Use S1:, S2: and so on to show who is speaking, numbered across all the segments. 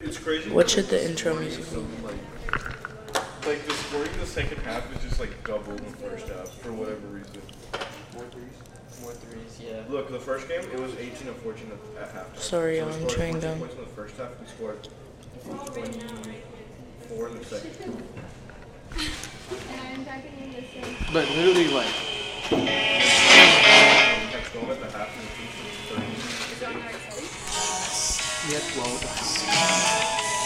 S1: It's crazy.
S2: What
S1: how,
S2: should
S1: like,
S2: the
S1: this
S2: intro
S1: morning
S2: music
S1: is so, Like, like the scoring in the second half is just like double the first half for whatever reason.
S3: More threes, yeah.
S1: Look, the first game it was 18 and 14 at- at halftime.
S2: Sorry,
S1: So we
S2: I'm
S1: scored
S2: chewing
S1: 14
S2: gum.
S1: Points in the first half, we scored 24 in the second.
S3: But literally, like,
S1: We kept going at the half and the team was 30.
S3: we had 12.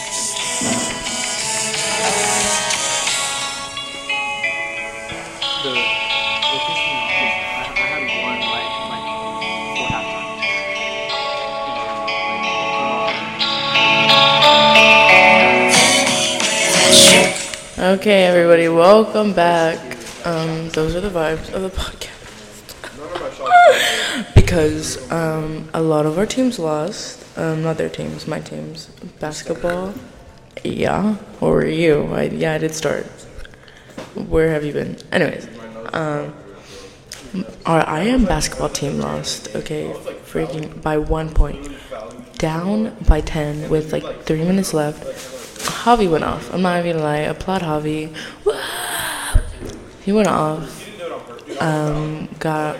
S3: The, the thing in the office, I, I had one, like, like, four halftime. And, like, it came off
S2: Okay, everybody, welcome back. Um, those are the vibes of the podcast
S1: None of our shots.
S2: because um, a lot of our teams lost. Um, not their teams, my teams. Basketball. Yeah. Or were you? I, yeah, I did start. Where have you been? Anyways, um, our I am basketball team lost. Okay, freaking by one point, down by ten with like three minutes left. Javi went off. I'm not even gonna lie. Applaud Javi. He went off. Um, got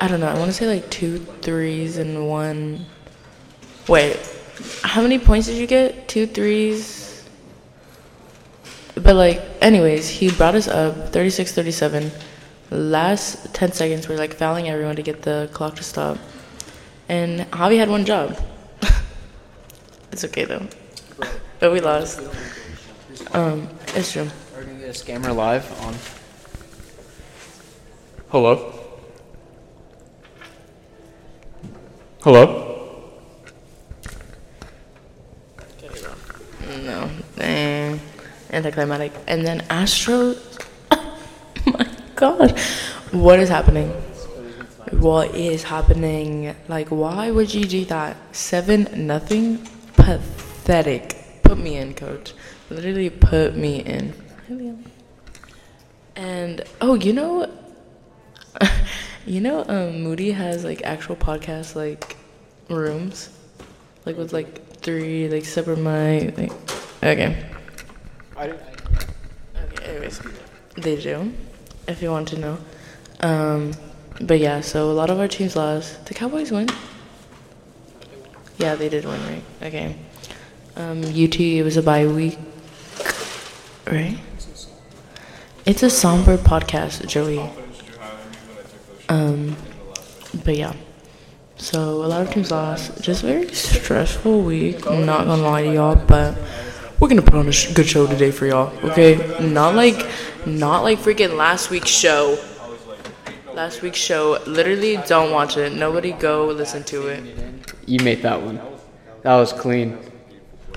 S2: I don't know. I want to say like two threes and one. Wait, how many points did you get? Two threes. But like, anyways, he brought us up 36-37. Last 10 seconds, we're like fouling everyone to get the clock to stop. And Javi had one job. it's okay though. But we lost. Um, it's true.
S3: Are we gonna get a scammer live on? Hello? Hello?
S2: No. Eh, anticlimactic. And then Astros. my God. What is happening? What is happening? Like, why would you do that? Seven nothing. Pathetic. Put me in, coach. Literally, put me in. And oh, you know, you know, um, Moody has like actual podcast like rooms, like with like three like separate mic. Like, okay.
S3: I didn't,
S2: Okay. Anyways, they do. If you want to know, um, but yeah. So a lot of our teams lost. The Cowboys win. Yeah, they did win, right? Okay. Um, UT it was a bye week, right? It's a somber podcast, Joey. Um, but yeah. So a lot of teams lost. Just very stressful week. I'm not gonna lie to y'all, but we're gonna put on a sh- good show today for y'all. Okay? Not like, not like freaking last week's show. Last week's show. Literally, don't watch it. Nobody go listen to it.
S4: You made that one. That was clean.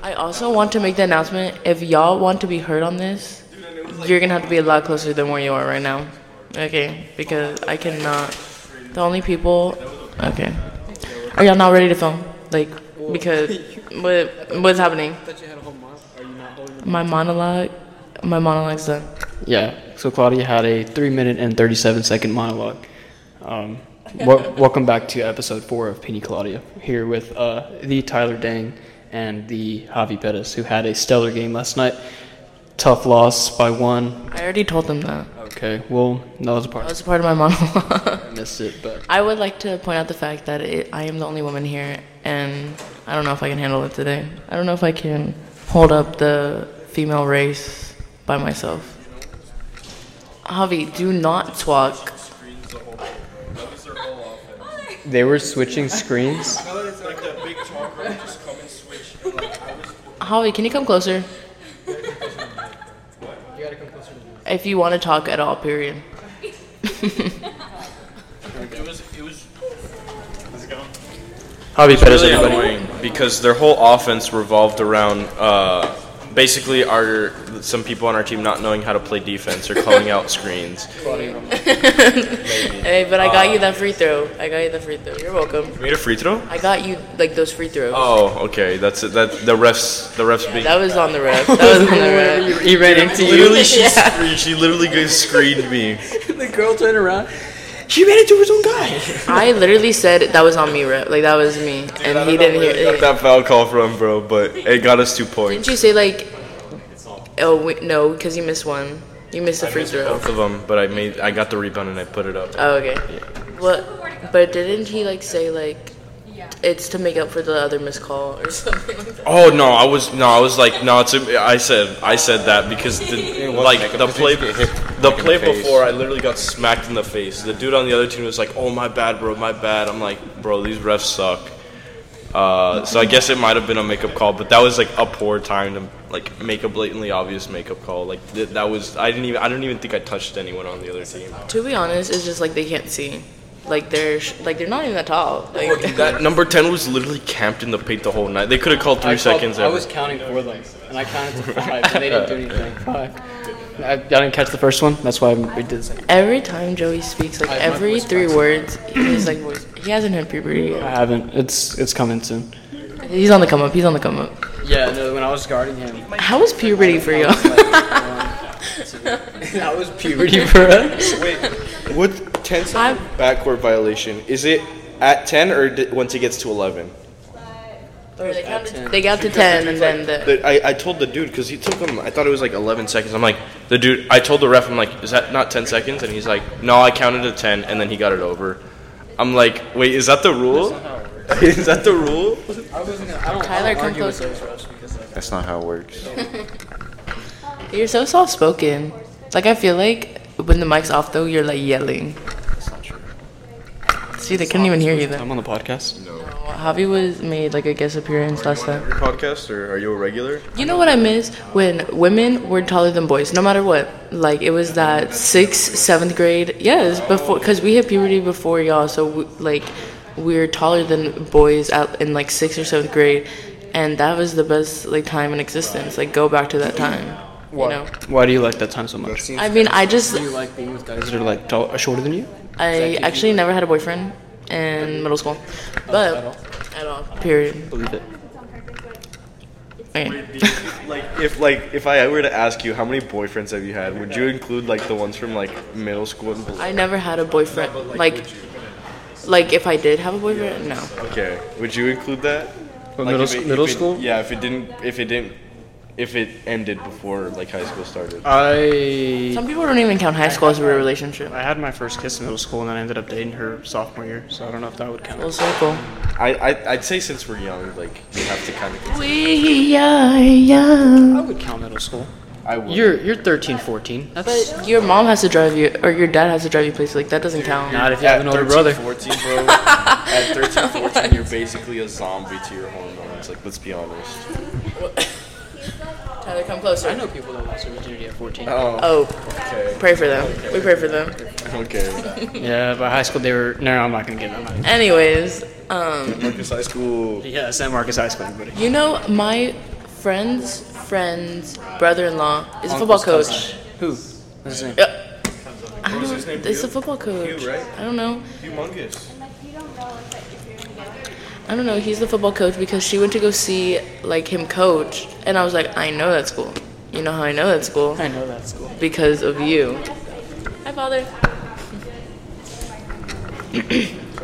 S2: I also want to make the announcement. If y'all want to be heard on this, you're gonna have to be a lot closer than where you are right now. Okay? Because I cannot. The only people. Okay. Are y'all not ready to film? Like, because what what's happening?
S3: thought you had a whole month. Are you not holding
S2: My monologue. My monologue's done.
S4: Yeah. So Claudia had a three minute and thirty seven second monologue. Um, wel- welcome back to episode four of Penny Claudia. Here with uh, the Tyler Dang and the Javi Pettis, who had a stellar game last night. Tough loss by one.
S2: I already told them that.
S4: Okay. Well, that was a part.
S2: That was part of my monologue.
S4: I missed it, but
S2: I would like to point out the fact that it, I am the only woman here, and I don't know if I can handle it today. I don't know if I can hold up the female race by myself. Javi, do not talk.
S4: they were switching screens.
S1: Like that big chalk room just come and switch. And, like, I was
S2: Javi, can you come closer?
S3: You gotta come closer to me.
S2: If you want to talk at all, period.
S1: It was. It was.
S4: Javi Pettis,
S5: really
S4: everybody.
S5: annoying because their whole offense revolved around uh, basically our some people on our team not knowing how to play defense or calling out screens.
S2: Hey, but I got you that free throw. I got you the free throw. You're welcome.
S5: Made a free throw.
S2: I got you like those free throws.
S5: Oh, okay. That's it. That the refs. The refs being.
S2: That was on the ref. That was on the ref.
S4: He ran into you.
S5: Literally, she screened, she literally just screened me.
S4: the girl turned around She ran into his own guy.
S2: I literally said that was on me, rep. Like that was me, and he didn't hear.
S5: Got that foul call from bro, but it got us two
S2: Didn't
S5: points.
S2: you say like? Oh wait, no, because you missed one. You missed the free throw.
S5: Both of them, but I made I got the rebound and I put it up.
S2: Oh okay. What? But didn't he like say like? It's to make up for the other missed call or something. like that?
S5: Oh no, I was no, I was like no, it's a, I said I said that because the, like the play the play before I literally got smacked in the face. The dude on the other team was like, "Oh my bad, bro, my bad." I'm like, "Bro, these refs suck." Uh, so I guess it might have been a makeup call, but that was like a poor time to like make a blatantly obvious makeup call. Like th- that was I didn't even I don't even think I touched anyone on the other team.
S2: To be honest, it's just like they can't see. Like they're sh- like they're not even that tall.
S5: Look,
S2: Like
S5: that number ten was literally camped in the paint the whole night. They could have called three
S4: I called-
S5: seconds.
S4: I
S5: ever.
S4: was counting for them, and I counted to five, and they didn't do anything. Five. I, I didn't catch the first one. That's why I did.
S2: every time Joey speaks, like every three words, he's like voice. He hasn't hit puberty.
S4: I
S2: Yet.
S4: haven't. It's it's coming soon.
S2: He's on the come up. He's on the come up.
S4: Yeah. No. When I was guarding him,
S2: How was puberty for you?
S4: that was puberty for us.
S5: Wait, what 10
S2: I'm-
S5: second backcourt violation? Is it at 10 or d- once it gets to 11?
S2: they, counted, they got to ten, and then the,
S5: The, I, I told the dude because he took him, I thought it was like 11 seconds. I'm like, the dude, I told the ref, I'm like, is that not 10 seconds? And he's like, no, I counted to 10, and then he got it over. I'm like, wait, is that the rule? is that the rule?
S4: I wasn't. I don't.
S2: Tyler, don't come argue with closer.
S5: That's not how it works.
S2: You're so soft spoken. Like I feel like when the mic's off though, you're like yelling. See, they couldn't even hear you then.
S4: I'm on the podcast.
S2: Javi was made like a guest appearance last time.
S5: Podcast, or are you a regular?
S2: You know what I miss when women were taller than boys, no matter what. Like it was that sixth, seventh grade. Yes, before because we hit puberty before y'all, so we, like we were taller than boys out in like sixth or seventh grade, and that was the best like time in existence. Like go back to that time. You know?
S4: Why do you like that time so much?
S2: I mean, I just
S4: You like being with guys that are like tall, shorter than you?
S2: I actually never had a boyfriend in middle school, but at all. Period.
S4: Believe it.
S2: Okay.
S5: like if like if I were to ask you how many boyfriends have you had, would you include like the ones from like middle school and below?
S2: I never had a boyfriend. Like, like if I did have a boyfriend, no.
S5: Okay, would you include that?
S4: But middle
S5: if
S4: sc-
S5: if
S4: middle
S5: it-
S4: school?
S5: Yeah, if it didn't, if it didn't, if it ended before like high school started.
S4: I
S2: Some people don't even count high school as a real relationship.
S4: I had my first kiss in middle school, and then I ended up dating her sophomore year. So I don't know if that would count.
S2: Full circle.
S5: I, I I'd say since we're young, like you have to kind of.
S2: We are young.
S4: I would count middle school.
S5: I would.
S4: You're you're 13, 14. That's
S2: But your mom has to drive you, or your dad has to drive you places. Like that doesn't count.
S4: not if you have an older brother.
S5: 14, bro. at 13, 14, you're basically a zombie to your hormones. Like, let's be honest.
S2: Tyler, come closer.
S4: I know people that lost their virginity at 14.
S5: Oh,
S2: Oh,
S5: okay.
S2: pray for them. We pray for them.
S5: Okay.
S4: Yeah, by high school they were. No, I'm not gonna get. I'm not. Gonna,
S2: Anyways, um.
S5: Marcus High School.
S4: yeah, San Marcos High School, everybody.
S2: You know, my friend's friend's brother-in-law is a football coach.
S4: Who? What's his name?
S2: Yeah,
S1: What is his name?
S2: it's a football coach.
S1: Hugh, right?
S2: I don't know.
S1: Humongous.
S2: I don't know. He's the football coach because she went to go see like him coach, and I was like, I know that school. You know how I know that school
S4: I know that school.
S2: because of you. Hi, father.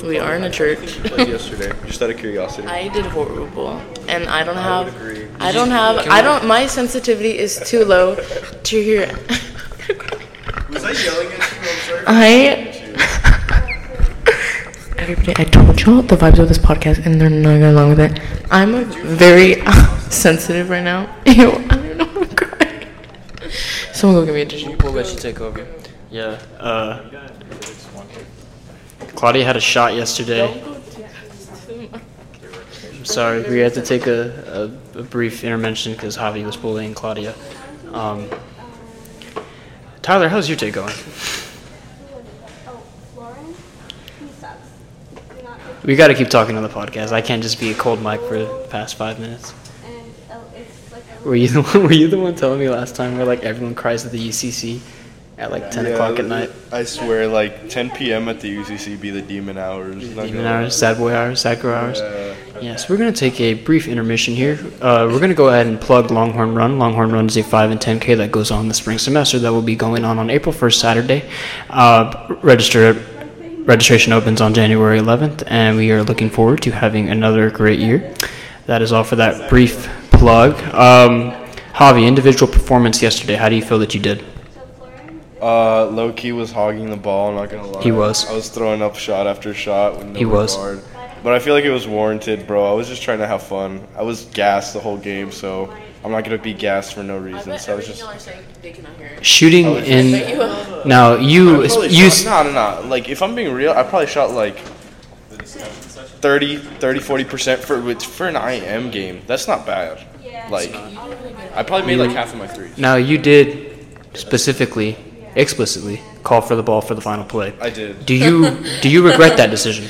S2: we are in a church.
S5: Like yesterday, just out of curiosity.
S2: I did horrible, and I don't have.
S5: agree.
S2: I don't have. I don't. My sensitivity is too low to hear.
S1: Was I yelling at you? I'm sorry.
S2: I. Everybody, I told y'all the vibes of this podcast, and they're not going along with it. I'm a very sensitive right now. Ew, I don't know. I'm crying. Someone go give me a tissue.
S4: We'll let you take over. Yeah. Uh, Claudia had a shot yesterday. I'm sorry, we had to take a, a, a brief intervention because Javi was bullying Claudia. Um, Tyler, how's your day going?
S6: Oh, Lauren? He sucks. He's not good.
S4: We got to keep talking on the podcast. I can't just be a cold mic for the past five minutes.
S6: And oh, it's like a
S4: Were you the one, were you the one telling me last time where like everyone cries at the UCC at like 10 o'clock at night?
S5: I swear, like 10 p.m. at the UCC be the demon hours. Not
S4: Demon
S5: gonna-
S4: hours, sad boy hours, sad girl hours.
S5: Yeah.
S4: Yes, we're going to take a brief intermission here. Uh, we're going to go ahead and plug Longhorn Run. Longhorn Run is a 5 and 10K that goes on the spring semester that will be going on on April 1st, Saturday. Uh, register at Registration opens on January 11th, and we are looking forward to having another great year. That is all for that brief plug. Um, Javi, individual performance yesterday. How do you feel that you did?
S6: So Florin
S5: Uh, low key was hogging the ball. Not gonna lie,
S4: He was.
S5: I was throwing up shot after shot with no
S4: He was.
S5: regard. But I feel like it was warranted, bro. I was just trying to have fun. I was gassed the whole game, so I'm not gonna be gassed for no reason. So I was just.
S2: saying, they cannot hear it.
S4: Shooting in. Now you
S5: I probably
S4: you s-
S5: shot, no, no, no. Like if I'm being real, I probably shot like 30, 30, 40 percent for which- for an IM game. That's not bad.
S6: Yeah.
S5: Like I probably made like half of my threes.
S4: now you did specifically explicitly call for the ball for the final play.
S5: I did.
S4: Do you do you regret that decision?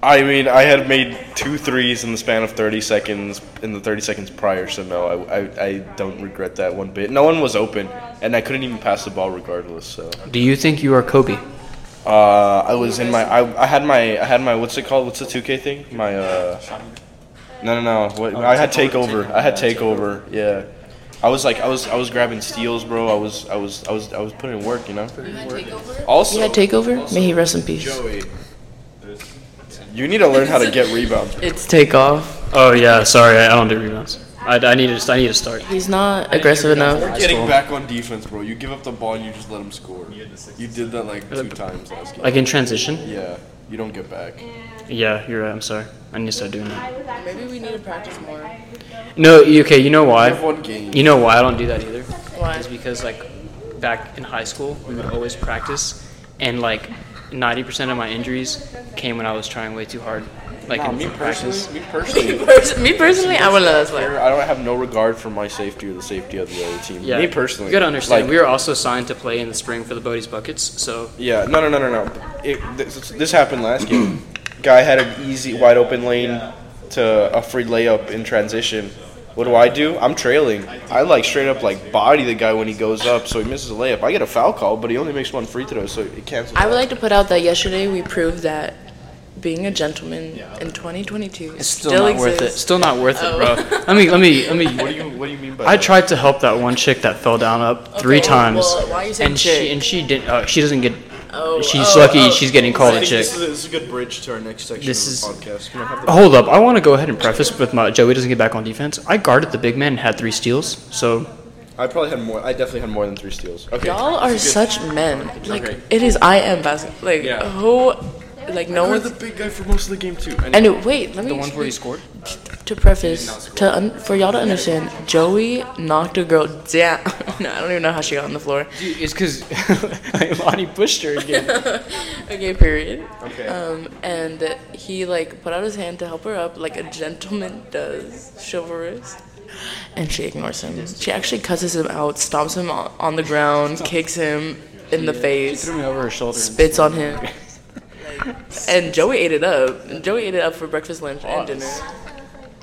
S5: I mean, I had made two threes in the span of 30 seconds in the 30 seconds prior, so no, I, I, I don't regret that one bit. No one was open, and I couldn't even pass the ball regardless. So
S4: Do you think you are Kobe?
S5: uh, I was in my I, I had my I had my what's it called? What's the 2K thing? My uh, no no no. What, I had takeover. I had takeover. Yeah, I was like I was I was grabbing steals, bro. I was I was I was I was putting in work, you know. Also,
S2: Yeah, takeover. May he rest in
S5: Oh,
S2: peace.
S5: you need to learn how to get rebounds.
S2: It's takeoff.
S4: Oh yeah, sorry, I don't do rebounds. I, I need to I need to start.
S2: He's not aggressive
S5: We're
S2: enough.
S5: getting back on defense, bro. You give up the ball and you just let them score. You did that like two times last game.
S4: Like in transition?
S5: Yeah, you don't get back.
S4: Yeah, you're right. I'm sorry. I need to start doing that.
S2: Maybe we need to practice more.
S4: No, you- okay. You know
S5: You have
S4: why?
S5: one game.
S4: You know why I don't do that either?
S2: Why?
S4: Is because like back in high school we would always practice, and like 90% of my injuries came when I was trying way too hard. Like
S5: Nah,
S4: in
S5: me
S4: practice.
S5: personally, me personally,
S2: Me personally, I would love that.
S5: I don't have no regard for my safety or the safety of the other team.
S4: Yeah.
S5: Me personally,
S4: You gotta understand.
S5: Like,
S4: we were also signed to play in the spring for the Bodie's buckets, so
S5: Yeah, no, no, no, no, no. It, this, this happened last game. Guy had an easy, wide open lane to a free layup in transition. What do I do? I'm trailing. I like straight up like body the guy when he goes up, so he misses a layup. I get a foul call, but he only makes one free throw, so it cancels.
S2: I would
S5: out.
S2: like to put out that yesterday we proved that being a gentleman in 2022
S4: it's
S2: still,
S4: still, not worth it.
S2: exists.
S4: Still not worth
S2: Oh.
S4: it, bro. let me let me let me.
S5: What do you What do you mean by
S4: I
S5: that?
S4: tried to help that one chick that fell down up three
S2: Okay,
S4: times,
S2: well, why you saying
S4: and
S2: chick?
S4: she and she didn't. Uh, she doesn't get.
S2: Oh,
S4: she's
S2: oh,
S4: lucky.
S2: oh.
S4: She's getting called a chick.
S5: This is, a, this is a good bridge to our next section
S4: This
S5: of the podcast. Can I have the-
S4: Hold up. I want to go ahead and preface with my Joey doesn't get back on defense. I guarded the big man and had three steals. So
S5: I probably had more. I definitely had more than three steals. Okay.
S2: Y'all are such men. Like
S5: Okay.
S2: it is. I am basketball. Like
S5: Yeah.
S2: who? Like no
S5: I were
S2: one's.
S5: the big guy for most of the game too.
S2: And it- wait, let me. explain-
S4: scored.
S2: to preface, to un- for y'all to understand, Joey knocked a girl down. no, I don't even know how she got on the floor.
S4: Dude, it's because Lonnie pushed her again.
S2: Okay, period.
S5: Okay.
S2: Um, and he like put out his hand to help her up, like a gentleman does, chivalrous. And she ignores him. She actually cusses him out, stomps him on, on the ground, kicks him in the face,
S4: Threw me over her shoulder.
S2: spits on him. And Joey ate it up. And Joey ate it up for breakfast, lunch, and dinner.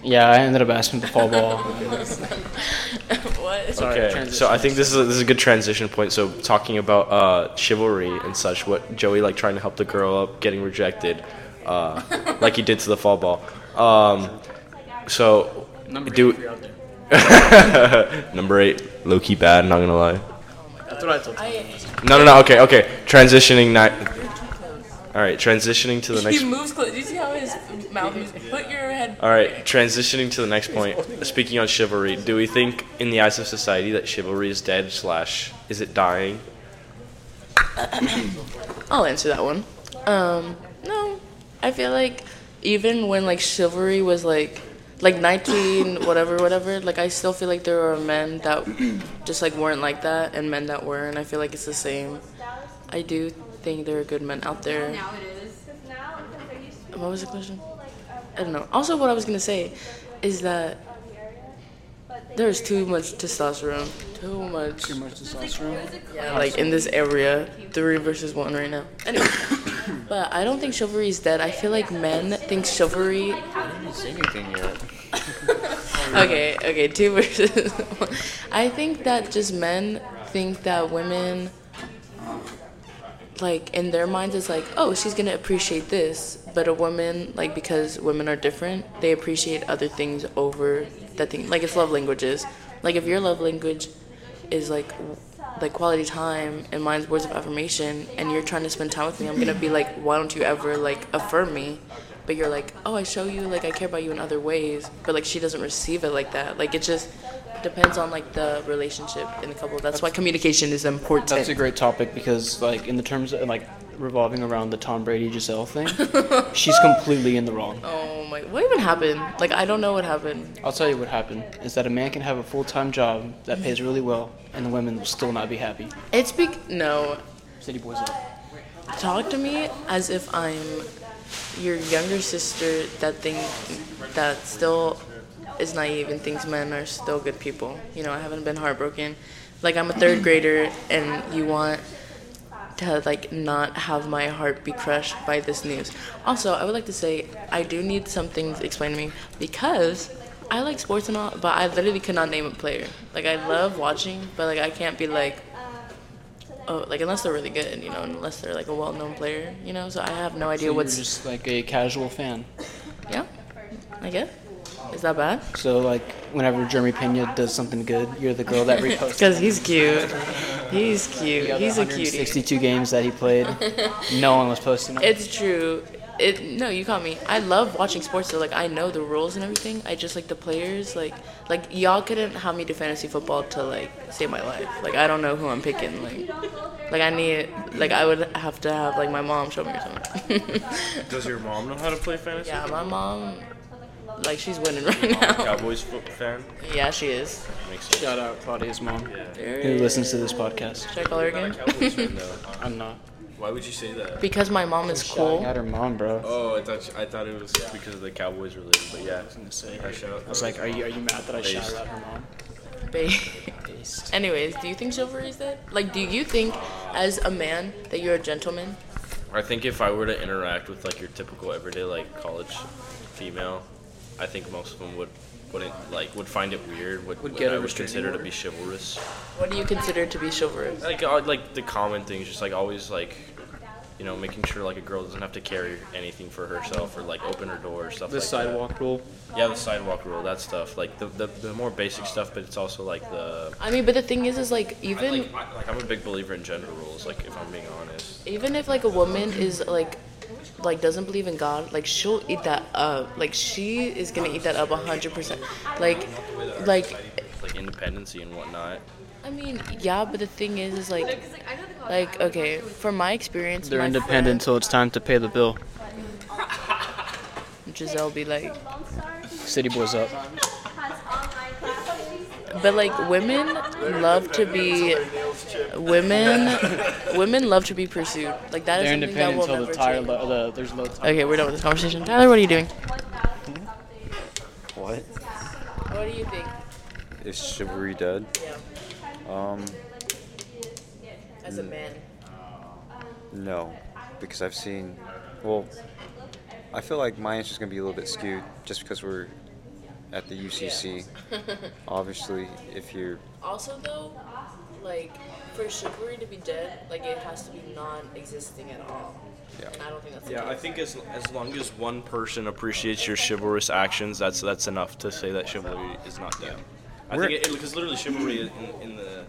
S4: Yeah, I ended up asking the fall ball.
S2: what?
S4: Sorry,
S5: Okay,
S4: transition.
S5: so I think this is a, this is a good transition point. So talking about uh, chivalry and such, what Joey like trying to help the girl up, getting rejected, uh, like he did to the fall ball. Um, so do number eight, low key bad. Not gonna lie.
S4: That's what I told you.
S5: No, no, no. Okay, okay. Transitioning. Not, all right, transitioning to the next.
S2: He moves close. Do you see how his mouth moves? Put your head.
S5: All right, transitioning to the next point. Speaking on chivalry, do we think, in the eyes of society, that chivalry is dead slash is it dying?
S2: I'll answer that one. Um, no, I feel like even when like chivalry was like like 19 whatever whatever like I still feel like there are men that just like weren't like that and men that were and I feel like it's the same. I do think there are good men out there. What was the question? I don't know. Also, what I was gonna say is that there's too much testosterone. Too much. Too much testosterone. Yeah, like in this area, three versus one right now. Anyway, but I don't think chivalry is dead. I feel like men think chivalry. okay, okay, two versus. One. I think that just men think that women like in their minds it's like oh she's gonna appreciate this but a woman like because women are different they appreciate other things over that thing like it's love languages like if your love language is like w- like quality time and mine's words of affirmation and you're trying to spend time with me, I'm gonna be like, why don't you ever like affirm me? But you're like, oh, I show you like I care about you in other ways, but like she doesn't receive it like that. Like it just depends on like the relationship in a couple. That's, why communication is important.
S4: That's a great topic because, like, in the terms of like revolving around the Tom Brady Giselle thing, she's completely in the wrong.
S2: oh my, what even happened? Like I don't know what happened.
S4: I'll tell you what happened is that a man can have a full time job that pays really well, and the women will still not be happy.
S2: It's be no.
S4: City boys up.
S2: Talk to me as if I'm your younger sister that think that still is naive and thinks men are still good people. You know, I haven't been heartbroken. Like I'm a third grader and you want to like not have my heart be crushed by this news. Also, I would like to say I do need some things explained to me because I like sports and all, but I literally could not name a player. Like I love watching, but like I can't be like oh, like unless they're really good, you know, unless they're like a well-known player, you know. So I have no idea
S4: You're
S2: what's
S4: just like a casual fan.
S2: yeah. I guess is that bad?
S4: So like, whenever Jeremy Pena does something good, you're the girl that reposts.
S2: Because he's cute. He's cute.
S4: The other
S2: He's a cutie.
S4: 162 games that he played, no one was posting. It,
S2: It's true. It no, you caught me. I love watching sports though. Like I know the rules and everything. I just like the players. Like like y'all couldn't have me do fantasy football to like save my life. Like I don't know who I'm picking. Like like I need like I would have to have like my mom show me or something.
S5: Does your mom know how to play fantasy?
S2: yeah, my mom. Like she's winning right now.
S5: Cowboys fo- fan.
S2: Yeah, she is.
S4: Shout out Claudia's mom, who listens to this podcast.
S2: Should I call her again?
S4: I'm not.
S5: Why would you say that?
S2: Because my mom is
S4: Shouting
S2: cool.
S4: at her mom, bro.
S5: Oh, I thought you- I thought it was because of the Cowboys related, but yeah. I shout.
S4: I was like, are you are you mad that I shouted at her mom?
S2: Babe. Anyways, do you think she'll raise that? Like, do you think, as a man, that you're a gentleman?
S5: I think if I were to interact with like your typical everyday like college female, I think most of them would wouldn't like would find it weird. Would,
S4: Would
S5: what
S4: get a
S5: I would
S4: restraining
S5: consider to
S4: order.
S5: be chivalrous.
S2: What do you consider to be chivalrous?
S5: Like I- like the common things, just like always like. You know, making sure like a girl doesn't have to carry anything for herself or like open her door or stuff
S4: The
S5: like that.
S4: sidewalk rule.
S5: Yeah, the sidewalk rule, that stuff. Like the, the, the more basic stuff, but it's also like the.
S2: I mean, but the thing is, is like
S5: I,
S2: even
S5: like, I, like I'm a big believer in gender rules. Like if I'm being honest,
S2: even if like a woman is like like doesn't believe in God, like she'll eat that up. Like she is gonna eat that up hundred percent. Like like
S5: like independency and whatnot.
S2: I mean, yeah, but the thing is, is like like okay, from my experience,
S4: They're
S2: my
S4: independent until it's time to pay the bill.
S2: friend Giselle be like,
S6: Lone Star
S4: City boys up.
S6: has online classes.
S2: But like women love to be women women love to be pursued. Like that is
S4: They're
S2: something that
S4: independent
S2: will
S4: until
S2: never
S4: the tire.
S2: change.
S4: Lo- the, there's low tide.
S2: Okay, we're done with this conversation. Tyler, what are you doing?
S7: What?
S2: What do you think?
S7: Is chivalry dead?
S2: Yeah,
S7: Um,
S2: as a man.
S7: no. Because I've seen, well, I feel like my answer's going to be a little bit skewed just because we're at the UCC. Obviously, if you're,
S2: Also though, like for chivalry to be dead, like it has to be non-existing at all.
S7: Yeah.
S2: And I don't think that's the
S5: Yeah, I
S2: case.
S5: think as as long as one person appreciates your chivalrous actions, that's that's enough to say that chivalry is not dead. I
S7: We're-
S5: think it because literally chivalry in, in the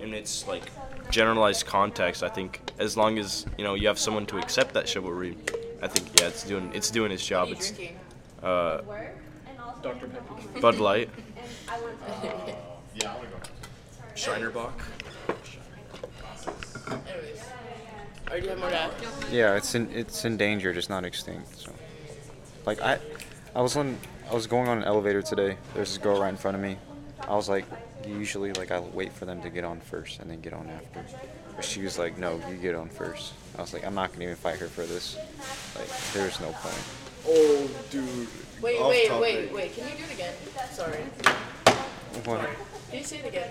S5: in its like generalized context, I think as long as you know you have someone to accept that chivalry, I think yeah, it's doing it's doing its job.
S2: What are you
S5: It's
S2: drinking?
S5: uh,
S6: And also,
S5: Bud Light,
S6: I want to
S5: Shinerbach.
S2: Anyways. Or do you have more to add?
S7: yeah, it's in, it's in danger, just not extinct. So, like I, I was on, I was going on an elevator today. There's this girl right in front of me. I was like, usually like I wait for them to get on first and then get on after. But she was like, no, you get on first. I was like, I'm not going to even fight her for this. Like, there's no point.
S1: Oh, dude.
S2: Wait,
S1: Off
S2: wait, wait,
S1: topic.
S2: wait. Can you do it again? Sorry.
S7: What?
S2: Can you say it again?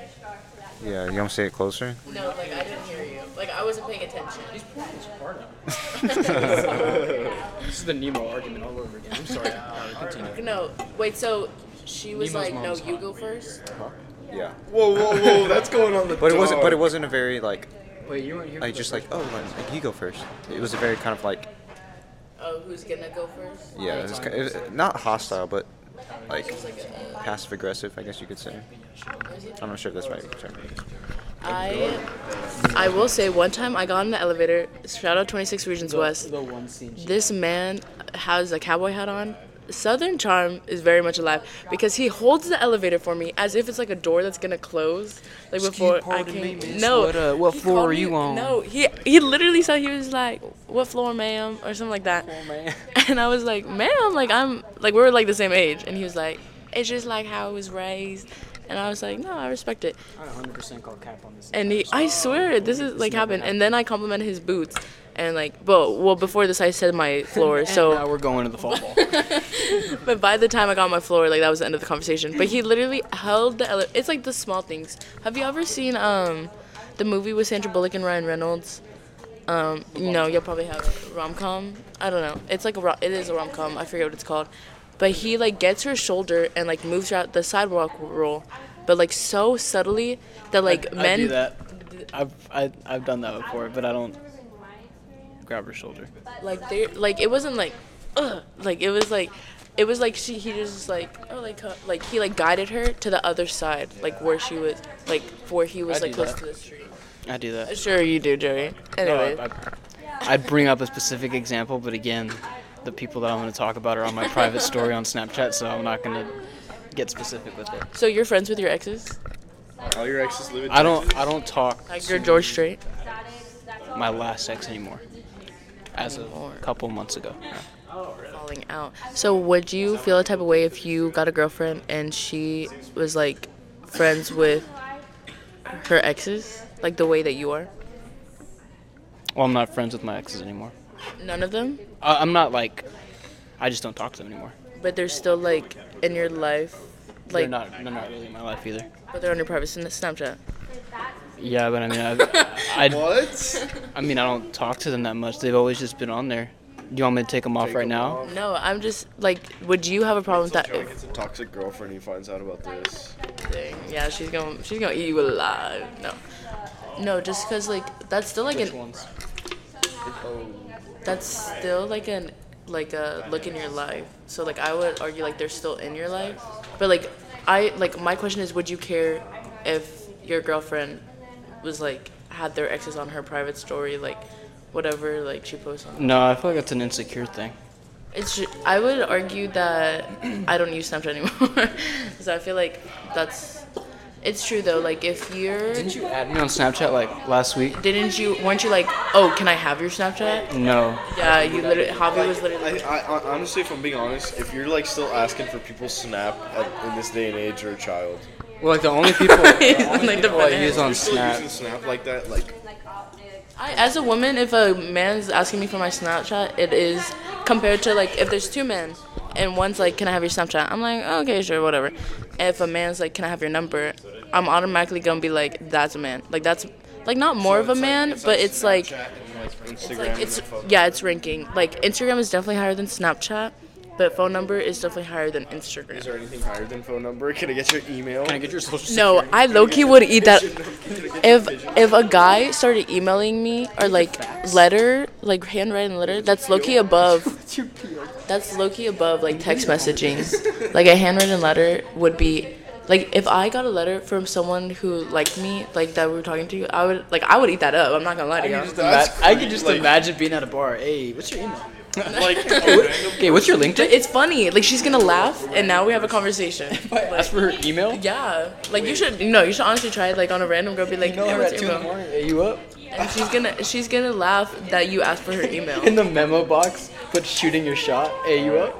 S7: Yeah, you want to say it closer?
S2: No, like I didn't hear you. Like I wasn't paying attention.
S4: This is the Nemo argument all over again. I'm sorry. Uh, Continue.
S2: No, wait. So she was
S4: Nemo's
S2: like, "No,
S4: mom's
S2: you go first.
S7: Yeah.
S1: Whoa, whoa, whoa! That's going on the.
S7: But it wasn't. But it
S1: dog.
S7: wasn't a very like.
S4: Wait, you weren't here.
S7: Like just like oh, like, like, you go first. It was a very kind of like
S2: Oh, who's gonna go first?
S7: yeah, it was, ki- it was not hostile, but like passive aggressive, I guess you could say. I'm not sure if that's right. Sorry.
S2: I I will say one time I got in the elevator. Shout out 26 Regions West.
S4: The one scene.
S2: This man has a cowboy hat on. Southern charm is very much alive because he holds the elevator for me as if it's like a door that's gonna close. Like before I
S4: pardon me,
S2: can.
S4: miss.
S2: no.
S4: What, uh, what
S2: he
S4: floor
S2: called
S4: are you
S2: me-
S4: on?
S2: No, he he literally said he was like, "What floor, ma'am?" or something like that.
S4: Oh,
S2: And I was like, ma'am, like I'm like we were like the same age. And he was like, it's just like how I was raised. And I was like, no, I respect it.
S4: I 100% call cap on this.
S2: And he, I swear, this is like happened. And then I complimented his boots. And like, but well, before this, I said my floor.
S4: now
S2: So,
S4: we're going to the fall ball.
S2: but by the time I got my floor, like that was the end of the conversation. But he literally held the. Ele- it's like the small things. Have you ever seen um, the movie with Sandra Bullock and Ryan Reynolds? Um, no, you'll probably have rom com. I don't know. It's like a ro- it is a rom com. I forget what it's called. But he like gets her shoulder and like moves her out the sidewalk roll, but like so subtly that like
S4: I,
S2: men
S4: I do that. I've I, I've done that before, but I don't grab her shoulder.
S2: like they like it wasn't like ugh, like it was like it was like she he just like oh like uh, like he like guided her to the other side like where she was like where he was
S4: I
S2: like
S4: do
S2: close
S4: that.
S2: to the street
S4: I do that.
S2: sure you do jerry anyway
S4: No, I, I, I'd bring up a specific example, but again, the people that I'm going to talk about are on my private story on Snapchat, so I'm not going to get specific with it.
S2: so you're friends with your exes
S1: All your exes live in
S4: I don't I don't talk
S2: like
S4: to
S2: you're george Strait
S4: my last ex anymore. As of
S2: Anymore.
S4: a couple months ago.
S2: falling out so would you feel a type of way if you got a girlfriend and she was like friends with her exes like the way that you are
S4: Well, I'm not friends with my exes anymore.
S2: none of them
S4: I, I'm not like I just don't talk to them anymore.
S2: but they're still like in your life
S4: They're
S2: like
S4: not they're not really in my life either.
S2: But they're on your private Sn- Snapchat.
S4: Yeah, but I mean I I,
S1: What?
S4: I mean I don't talk to them that much. They've always just been on there. Do you want me to take them off right now?
S2: No, I'm just like, would you have a problem with that?
S1: Joey gets a toxic girlfriend. He finds out about this.
S2: Thing? Yeah, she's gonna she's gonna eat you alive. No, no, just cause like that's still like
S4: Which
S2: an
S4: ones?
S2: that's still like an like a look in your life. So like I would argue like they're still in your life, but like I like my question is, would you care if your girlfriend was like had their exes on her private story, like whatever like she posts on?
S4: No, I feel like that's an insecure thing.
S2: It's. ju- I would argue that I don't use Snapchat anymore, so I feel like that's. It's true though. Like if you're,
S4: Didn't you add me on Snapchat like last week?
S2: didn't you? Weren't you like, oh, can I have your Snapchat?
S4: No.
S2: Yeah, you literally. Javi was literally.
S1: I, I, I- honestly, if I'm being honest, if you're like still asking for people's snap at, in this day and age, you're a child.
S4: Well, like the only people, the only
S2: Like the
S4: people I
S2: banana.
S4: use on
S1: You're still using
S4: Snap.
S1: snap like that, like
S2: I, as a woman, if a man's asking me for my Snapchat, it is compared to like if there's two men and one's like, "Can I have your Snapchat?" I'm like, "Oh, "Okay, sure, whatever." If a man's like, "Can I have your number?" I'm automatically gonna be like, "That's a man." Like that's like not more of a man, but it's like
S1: Instagram.
S2: it's yeah, it's ranking. Like Instagram is definitely higher than Snapchat, but phone number is definitely higher than
S1: Is
S2: Instagram.
S1: there anything higher than phone number? Can I get your email?
S4: Can I get your social
S2: No, I low key would eat that. If if a guy started emailing me or like letter, like handwritten letter, that's low key above. That's low key above like text messaging. Like a handwritten letter would be like if I got a letter from someone who liked me, like that we were talking to, I would like I would eat that up. I'm not gonna lie to you.
S1: That's
S4: I could just
S1: like-
S4: imagine being at a bar. Hey, what's your email?
S1: like a random
S4: Hey, what's your LinkedIn?
S2: But it's funny. Like she's gonna laugh, and now we have a conversation.
S4: Ask for her email.
S2: Yeah, like you should, you know, you should honestly try it. Like on a random girl, be like,
S4: You know
S2: "Hey,
S4: her
S2: what's
S4: at
S2: your
S4: two in the
S2: email?"
S4: morning. Are you up?
S2: And she's gonna, she's gonna laugh that you asked for her email.
S4: In the memo box, put shooting your shot. Hey, you up?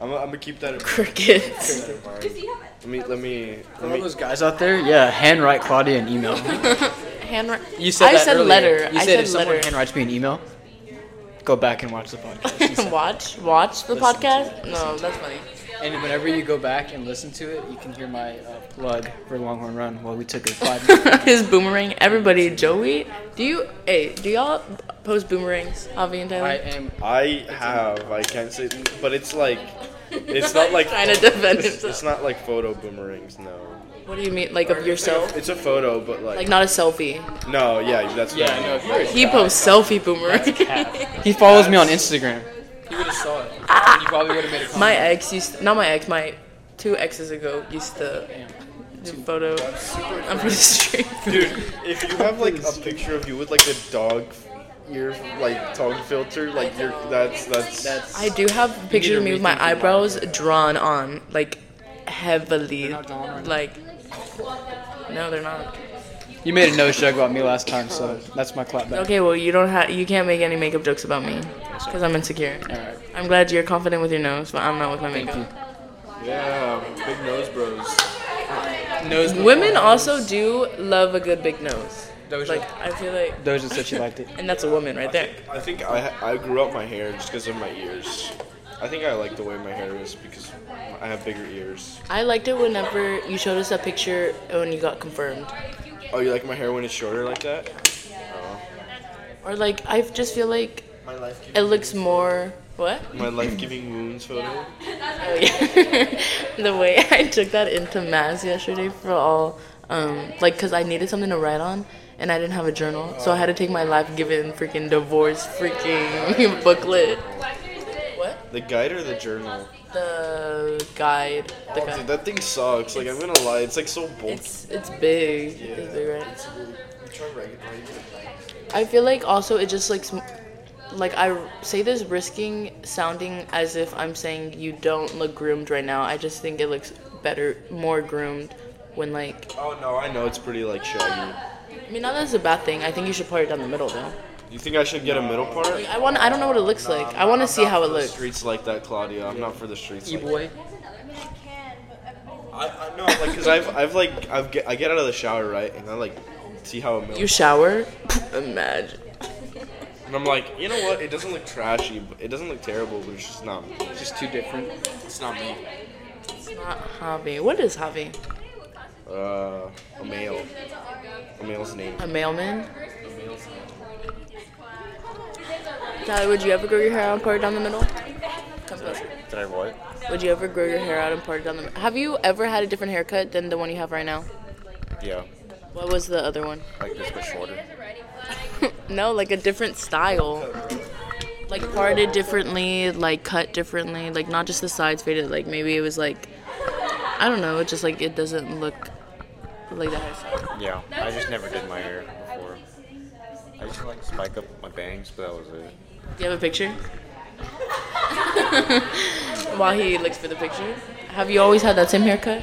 S1: I'm, I'm gonna keep that. In
S2: Crickets.
S1: Let me let me let
S4: All
S1: me.
S4: those guys out there, yeah, handwrite Claudia an email.
S2: Handwrite.
S4: You said
S2: I
S4: that
S2: said
S4: earlier.
S2: letter.
S4: You
S2: I
S4: said
S2: said
S4: if someone
S2: letter.
S4: handwrites me an email, go back and watch the podcast.
S2: watch, watch the
S4: Listen to
S2: podcast. No, that's funny.
S4: And whenever you go back and listen to it, you can hear my uh, plug for Longhorn Run while we took a five minute
S2: His boomerang. Everybody, Joey, do you? Hey, do y'all post boomerangs, Avi and Tyler?
S4: I am
S1: I have. I can't say, but it's like, it's not like
S2: Trying to defend
S1: it's,
S2: himself.
S1: it's not like photo boomerangs. No,
S2: what do you mean, like of yourself?
S1: it's a photo, but like,
S2: Like not a selfie.
S1: no, yeah, that's what I mean.
S4: no,
S2: He posts selfie boomerang.
S4: He follows me on Instagram.
S8: You would have saw it. And you probably would have made a comment.
S2: Ah. My ex used not my ex, my two exes ago used to do photo on the street.
S1: Dude, if you have like a picture of you with like a dog ear like tongue filter, like you're that's that's that's
S2: I do have a picture of me with my
S8: rethink your
S2: eyebrows drawn on, like heavily.
S8: not drawn right now.
S2: like No, they're not.
S4: You made a no joke about me last time, so that's my clap back.
S2: Okay, well you don't have you can't make any makeup jokes about me because I'm insecure.
S4: Alright.
S2: I'm glad you're confident with your nose, but I'm not with my makeup.
S1: yeah, big nose bros.
S8: Nose
S2: Women also do love a good big nose.
S8: Doja.
S2: Like I feel like,
S4: Doja said she liked it.
S2: and that's a woman right there.
S1: I think I I grew up my hair just because of my ears. I think I like the way my hair is because I have bigger ears.
S2: I liked it whenever you showed us that picture when you got confirmed.
S1: Oh, you like my hair when it's shorter like that?
S2: Or like I just feel like
S1: My life
S2: it looks more what?
S1: my life giving wounds photo.
S2: Oh yeah. the way I took that into mass yesterday for all um like cuz I needed something to write on and I didn't have a journal. So I had to take my life given freaking divorce freaking booklet. What?
S1: The guide or the journal? Oh,
S2: The guide. The
S1: Dude,
S2: guide.
S1: that thing sucks. Like I'm gonna lie, it's like so bulky.
S2: It's it's big. It's big, right?
S1: Try regular-
S2: I feel like also it just like, sm- like I r- say this risking sounding as if I'm saying you don't look groomed right now. I just think it looks better, more groomed when like.
S1: Oh no, I know it's pretty like shaggy.
S2: I mean, not that it's a bad thing. I think you should part it down the middle though.
S1: You think I should get a middle part?
S2: Like, I want. I don't know what it looks
S1: Um,
S2: like. I want to see how it
S1: for the
S2: looks.
S1: streets like that, Claudia. I'm not for the streets.
S8: E
S1: Like
S8: boy.
S1: I, I know, like, cause I've, I've like, I've get, I get out of the shower right, and I like see how it melts,
S2: You shower. Imagine.
S1: and I'm like, you know what? It doesn't look trashy, but it doesn't look terrible, but it's just not.
S8: It's just too different. It's not me.
S2: It's not hobby. What is hobby?
S1: Uh, a male, a male's name.
S2: A mailman. Tyler, would you ever grow your hair out and part it down the middle? Come closer.
S7: Did I what?
S2: Would you ever grow your hair out and part it down the Have you ever had a different haircut than the one you have right now?
S7: Yeah,
S2: What was the other one?
S7: like this but shorter.
S2: No, like a different style. Like parted differently, like cut differently, like not just the sides faded, like maybe it was like I don't know, it's just like it doesn't look like the hairstyle.
S7: Yeah, I just never did my hair before. I used to like spike up my bangs, but that was it.
S2: Do you have a picture? While he looks for the picture. Have you always had that same haircut?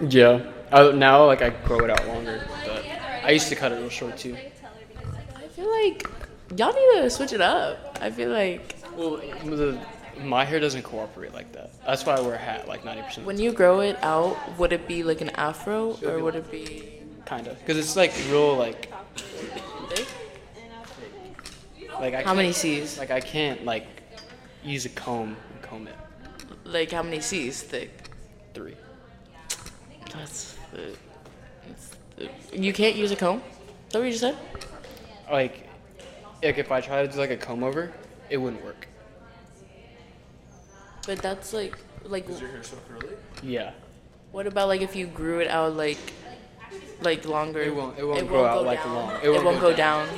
S4: Yeah. I, now, like, I grow it out longer, but I used to cut it real short too.
S2: I feel like y'all need to switch it up. I feel like
S4: Well, the, my hair doesn't cooperate like that. That's why I wear a hat like 90%
S2: When you grow it out, would it be like an afro or would it be
S4: kind of. Because it's, like, real, like,
S2: thick?
S4: like I
S2: How
S4: can't-
S2: many C's?
S4: Like, I can't, like, use a comb and comb it.
S2: Like how many C's thick?
S4: Three.
S2: That's thick. That's thick. You can't use a comb? Is that what you just said?
S4: Like, like if I try to do, like, a comb over, it wouldn't work.
S2: But that's like like
S4: Yeah.
S2: what about like if you grew it out like like longer?
S4: It won't- it won't grow out
S2: go
S4: like
S2: down.
S4: long.
S2: It won't, go, down.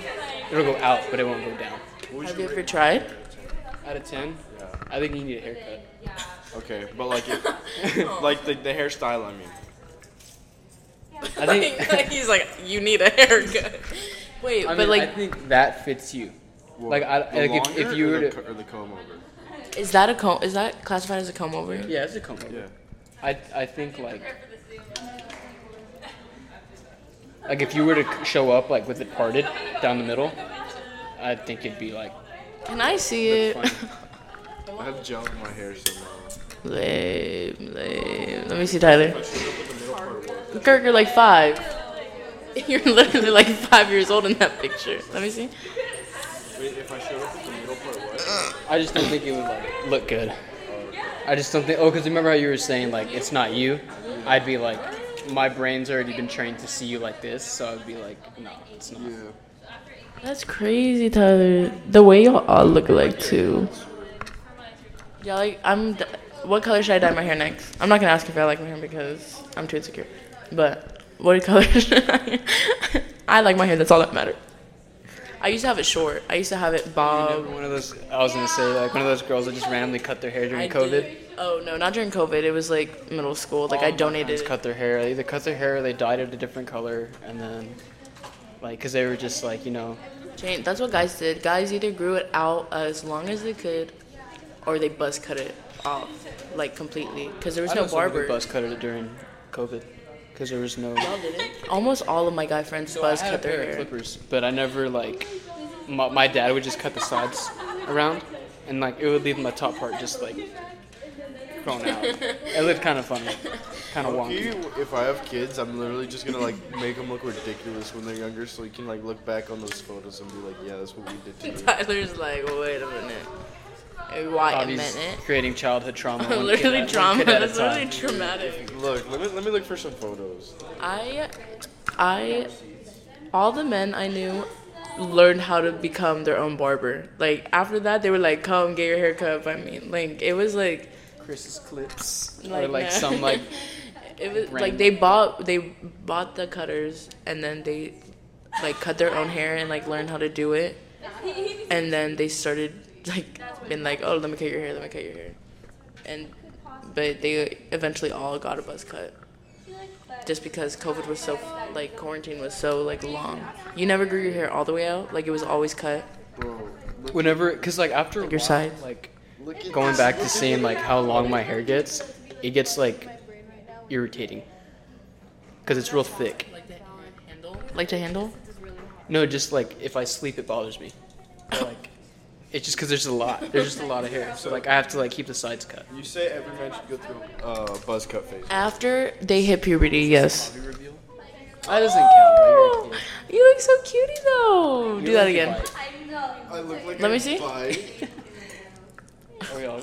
S4: It'll go out, but it won't go down.
S2: Have you ever tried?
S4: Out of 10, I think you need a haircut.
S1: Okay, but like, if, like the, the hairstyle. I mean,
S4: I think,
S2: he's like, you need a haircut. Wait,
S4: I
S2: but
S4: mean,
S2: like,
S4: I think that fits you. Like, I,
S1: the
S4: like if, if
S1: longer
S4: you
S1: or
S4: were
S1: the
S4: to,
S1: co- or the comb over.
S2: is that a comb? Is that classified as a comb over?
S4: yeah, it's a comb over.
S1: Yeah.
S4: I, I think like like if you were to c- show up like with it parted down the middle, I think it'd be like
S2: Can I see it?
S4: funny.
S1: I have gel in my hair so now.
S2: Lame, lame. Let me see Tyler. Kirk, you're like five. You're literally like five years old in that picture. Let me see.
S1: Wait, if I showed up with the middle part, what?
S4: I just don't think it would like look good. I just don't think. Oh, because remember how you were saying like it's not you. I'd be like, my brain's already been trained to see you like this, so I'd be like, no, it's not.
S2: That's crazy, Tyler. The way y'all all look alike too. Yeah, like I'm. D- what color should I dye my hair next? I'm not gonna ask if I like my hair because I'm too insecure. But what color? should I- I like my hair. That's all that matters. I used to have it short. I used to have it
S4: You
S2: bob.
S4: know, one of those. I was gonna say like one of those girls that just randomly cut their hair during
S2: I
S4: COVID.
S2: did- Oh no, not during COVID. It was like middle school. Like I
S4: All my friends
S2: donated. it.
S4: Cut their hair. They either cut their hair or they dyed it a different color, and then like because they were just like you know
S2: Jane, that's what guys did. Guys either grew it out as long as they could, or they buzz cut it off like completely because there was
S4: I
S2: no
S4: know someone who
S2: barber.
S4: Buzz cut it during COVID because there was no.
S2: Almost all of my guy friends
S4: So
S2: buzz
S4: I had
S2: cut
S4: a pair
S2: their
S4: of
S2: hair.
S4: clippers, but I never like. My, my dad would just cut the sides around, and like it would leave my top part just like grown out. it looked kind of funny, kind of wonky.
S1: If I have kids, I'm literally just gonna like make them look ridiculous when they're younger, so you can like look back on those photos and be like, yeah, that's what we did to you.
S2: Tyler's like, wait a minute, wait a
S4: Bobby's
S2: minute.
S4: creating childhood trauma. one kid
S2: literally
S4: at- one
S2: drama.
S4: kid at a
S2: That's literally
S4: time.
S2: traumatic.
S1: Look, let me let me look for some photos.
S2: I, I, all the men I knew learned how to become their own barber. Like after that, they were like, "Come get your hair cut by me." Like it was like
S4: Chris's clips or
S2: Like,
S4: like
S2: no.
S4: some like
S2: it was like
S4: Random.
S2: they bought they bought the cutters and then they like cut their own hair and like learned how to do it, and then they started like being like, "Oh, let me cut your hair. Let me cut your hair," and but they eventually all got a buzz cut. just because COVID was so like quarantine was so like long. You never grew your hair all the way out; like it was always cut.
S4: whenever because like after a
S2: your
S4: while,
S2: sides.
S4: like
S1: Look at
S4: going back to seeing like how long my hair gets it gets like irritating because it's real thick
S2: Like to handle?
S4: no just like if i sleep it bothers me But, like it's just because there's a lot there's just a lot of hair so like i have to like keep the sides cut
S1: You say every man should go through a uh, buzz cut phase.
S2: After they hit puberty, yes.
S4: Ah, that doesn't count but you're a kid.
S2: You look so cutie though. Do
S4: You're
S2: that
S4: like a
S2: again.
S4: bite.
S6: I know.
S1: I look like
S2: Let
S1: a
S2: me see.
S1: bite.
S4: Are we all-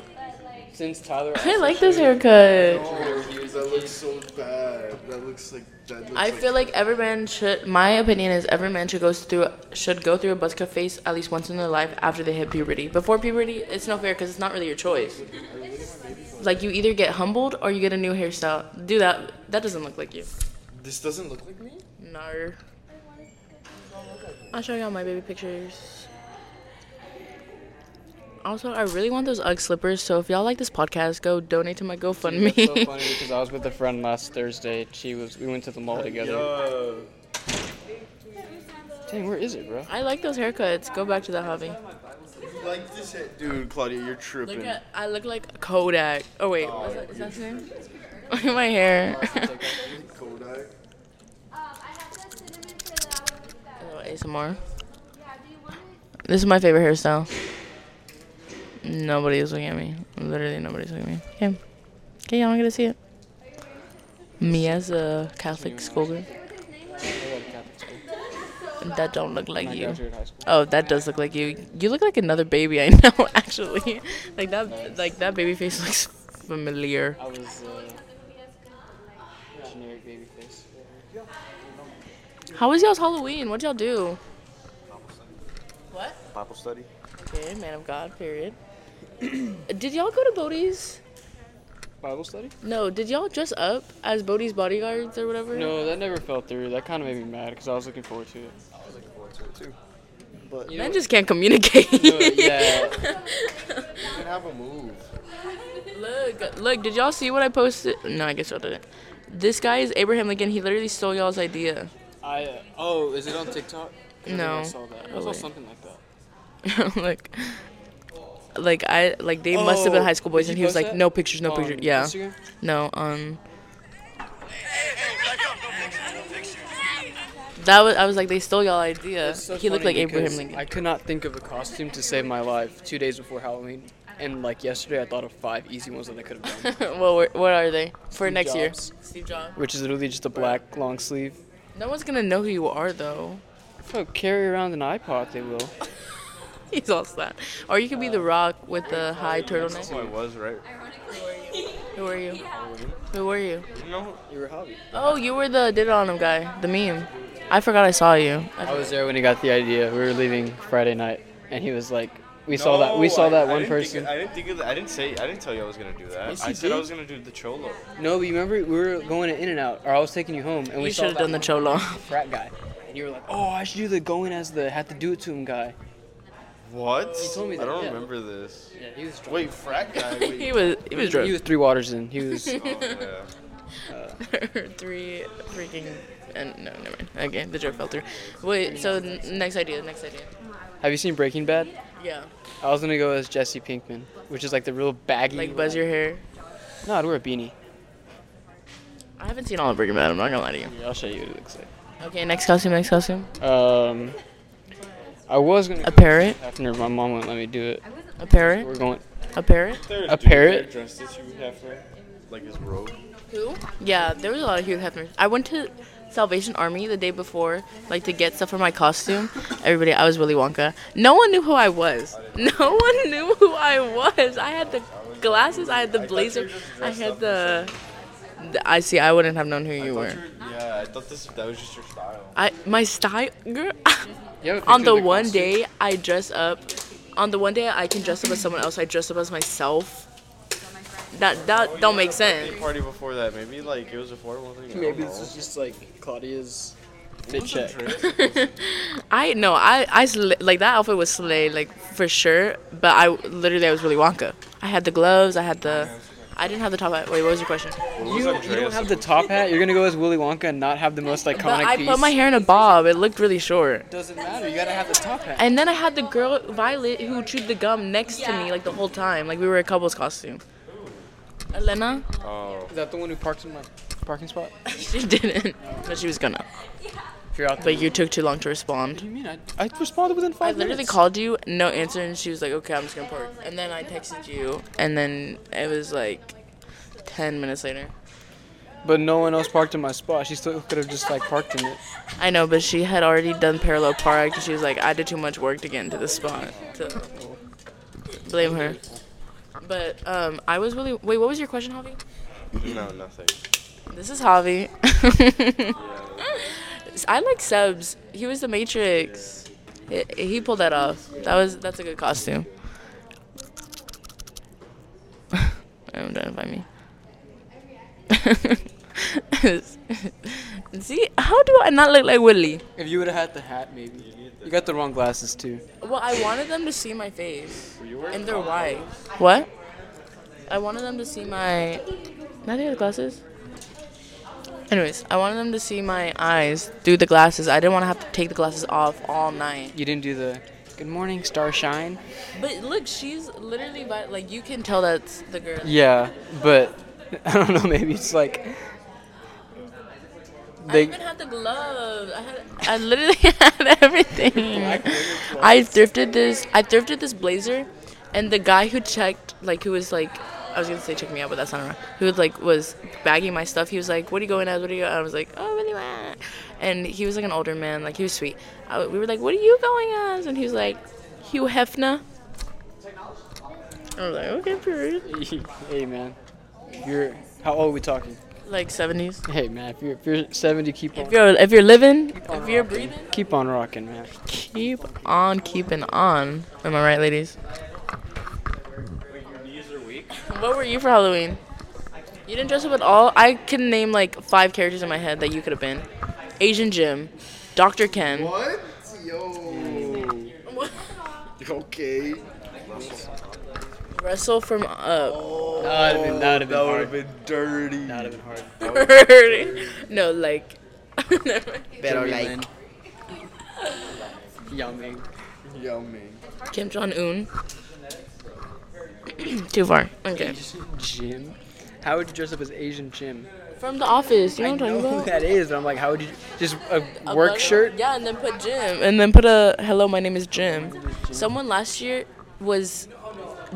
S4: since tyler
S2: I like this haircut.
S1: Oh, dude, that looks so bad. Uh, That looks like that looks
S2: I feel like every man should. My opinion is every man should goes through should go through a buzz cut phase at least once in their life after they hit puberty. Before puberty, it's no fair because it's not really your choice. Like you either get humbled or you get a new hairstyle. Do that. That doesn't look like you.
S1: this doesn't look like me.
S2: No. I'll show y'all my baby pictures. Also, I really want those UGG slippers. So if y'all like this podcast, go donate to my GoFundMe.
S4: It's so funny because I was with a friend last Thursday. She was. We went to the mall together.
S1: Uh,
S4: Dang, where is it, bro?
S2: I like those haircuts. Go back to that hobby.
S1: You like this head, dude, Claudia? You're
S2: Look
S1: tripping.
S2: at I look like Kodak. Oh wait, what's that, is that his name? Look at my hair.
S1: Kodak.
S6: Um,
S2: Oh, ASMR. This is my favorite hairstyle. Nobody is looking at me. Literally nobody's looking at me. Okay. Okay, y'all gonna see it. Me as a Catholic schoolgirl. That don't look like you. Oh, that does look like you. You look like another baby I know actually. Like that like that baby face looks familiar.
S4: I was uh, generic baby face.
S2: How was y'all's Halloween? What'd y'all do? What?
S7: Bible study.
S2: Okay, man of God, period. did y'all go to Bodie's?
S4: Bible study?
S2: No, did y'all dress up as Bodie's bodyguards or whatever?
S4: No, that never fell through. That kind of made me mad because I was looking forward to it.
S2: Men just can't communicate.
S4: No, yeah.
S1: You can have a move.
S2: look, look, did y'all see what I posted? No, I guess y'all didn't. This guy is Abraham Lincoln. He literally stole y'all's idea.
S4: I uh, oh, is it on TikTok? 'Cause I think
S2: No.
S4: I saw that. I
S2: Oh,
S4: saw
S2: wait.
S4: something like that.
S2: like, like I like they must have been
S4: Oh,
S2: high school boys,
S4: did
S2: and
S4: you
S2: he was
S4: post
S2: like,
S4: that
S2: no pictures, no
S4: on
S2: pictures. Yeah.
S4: Instagram?
S2: No, um. That was I was like they stole y'all idea.
S4: It's so
S2: he looked like
S4: funny
S2: Abraham
S4: because
S2: Lincoln.
S4: I could not think of a costume to save my life two days before Halloween, and like yesterday, I thought of five easy ones that I could have done,
S2: well, where- what are they for next
S4: Jobs.
S2: year? Steve Jobs.
S4: which is literally just a black long sleeve.
S2: No one's gonna know who you are though.
S4: Oh, carry around an iPod, they will.
S2: He's all sad. Or you could be the Rock with the high turtleneck.
S1: I was right.
S2: Who are you? Who were you?
S4: You were hobby.
S2: Oh, you were the did it on him guy, the meme. I forgot I saw you.
S4: I was there when he got the idea. We were leaving Friday night, and he was like, "We saw that. We saw that one person."
S5: I didn't think. Of the, I didn't say. I didn't tell you I was gonna do that.
S4: Yes,
S5: I
S4: you
S5: said I
S4: did.
S5: was gonna do the cholo.
S4: no, but you remember we were going to In and Out, or I was taking you home, and we
S2: You
S4: saw
S2: should have
S4: that
S2: done the cholo.
S4: one frat guy, and you were like, "Oh, I should do the going as the had to do it to him guy."
S1: What?
S4: He told me
S1: I
S4: that,
S1: don't
S4: yeah.
S1: remember this.
S4: Yeah, he was drunk.
S1: Wait, frat guy. Wait.
S2: he was he was
S4: He
S2: drunk.
S4: was three waters in. He was.
S1: oh, yeah.
S2: three freaking and no, never mind. Okay, the joke fell through. Wait, so n- next idea, next idea.
S4: Have you seen Breaking Bad?
S2: Yeah,
S4: I was gonna go as Jesse Pinkman, which is like the real baggy.
S2: like buzz your hair.
S4: No, I'd wear a beanie.
S2: I haven't seen all of Breaking Bad. I'm not gonna lie to you.
S4: Yeah, I'll show you what it looks
S2: Okay, next costume, next costume.
S4: like. Um, I was gonna.
S2: A parrot,
S4: After my mom wouldn't let me do it.
S2: a parrot,
S4: We're going.
S2: a parrot.
S1: There
S4: A
S1: dude
S4: parrot?
S1: that Dressed as Hugh Hefner, like his robe.
S2: Who? Yeah, there was a lot of Hugh Hefners. I went to Salvation Army the day before, like to get stuff for my costume. Everybody, I was Willy Wonka. No one knew who I was. No one knew who I was. I had the glasses. I had the blazer. I had the. the- I see. I wouldn't have known who you were.
S1: Yeah, I thought this that was just your style.
S2: I my style. Girl,
S4: You have a
S2: on
S4: picture
S2: the
S4: of
S2: one
S4: costume?
S2: day I dress up, on the one day I can dress up as someone else. I dress up as myself. That that don't make sense.
S1: Birthday party before that, maybe like it was a formal thing. I don't
S4: Maybe
S1: know.
S4: this is just like Claudia's fit check.
S2: I no, I I sl- like that outfit was slay like for sure. But I literally I was Willy Wonka. I had the gloves. I had the. I didn't have the top hat. Wait, what was your question?
S4: You, you don't have the top hat. You're gonna go as Willy Wonka and not have the most iconic
S2: But I
S4: piece.
S2: put my hair in a bob. It looked really short.
S4: Doesn't matter. You gotta have the top hat.
S2: And then I had the girl Violet who chewed the gum next to me like the whole time. Like we were a couple's costume. Elena,
S4: Is that the one who parks in my parking spot?
S2: she didn't, but she was gonna.
S4: If you're out there.
S2: But you took too long to respond.
S4: What do you mean? I, I responded within
S2: I
S4: five minutes.
S2: literally called you, no answer, and she was like, "Okay, I'm just gonna park." And then I texted you, and then it was like ten minutes later.
S4: But no one else parked in my spot. She still could have just like parked in it.
S2: I know, but she had already done parallel park. and She was like, "I did too much work to get into this spot." So blame her. But um, I was really wait. What was your question, Javi?
S1: No, nothing.
S2: This is Javi. I like Sebs. He was the Matrix. He, he pulled that off. That was that's a good costume. I'm done by me. See, how do I not look like Willy?
S4: If you would have had the hat, maybe. You got the wrong glasses too.
S2: Well, I wanted them to see my face. And they're white. What? I wanted them to see my. Not the glasses. Anyways, I wanted them to see my eyes through the glasses. I didn't want to have to take the glasses off all night.
S4: You didn't do the good morning starshine.
S2: But look, she's literally by, like you can tell that's the girl.
S4: Yeah, but I don't know. Maybe it's like
S2: I
S4: they.
S2: even had the gloves. I had, I literally had everything. I thrifted this. I thrifted this blazer, and the guy who checked, like, who was like, I was gonna say check me out, but that's not right. Who was like was bagging my stuff. He was like, "What are you going as? What are you?" Going? I was like, "Oh, really?" Well. And he was like an older man. Like he was sweet. I, we were like, "What are you going as?" And he was like, "Hugh Hefner." I was like, "Okay, period."
S4: hey man, you're. How old are we talking?
S2: Like 70s.
S4: Hey man, if you're if you're 70, keep on
S2: If you're if you're living, if you're breathing.
S4: keep on rocking, man.
S2: Keep on keeping on. Am I right, ladies? What were you for Halloween? You didn't dress up at all? I can name like five characters in my head that you could have been Asian Jim, Dr. Ken.
S1: What? Yo. Okay.
S2: Russell from uh
S4: That would have been that would have been
S1: That would
S4: hard.
S1: have been dirty.
S4: That would have been hard.
S2: No, like never mind.
S4: Better like. Yummy.
S1: Yummy.
S2: Kim Jong Un. Too far. Okay.
S4: Jim. How would you dress up as Asian Jim?
S2: From the office, you know
S4: I
S2: what I'm
S4: know
S2: talking
S4: who
S2: about?
S4: that is, but I'm like, how would you just a,
S2: a
S4: work
S2: button-
S4: shirt?
S2: Yeah, and then put Jim. And then put a hello, my name is Jim. Someone last year was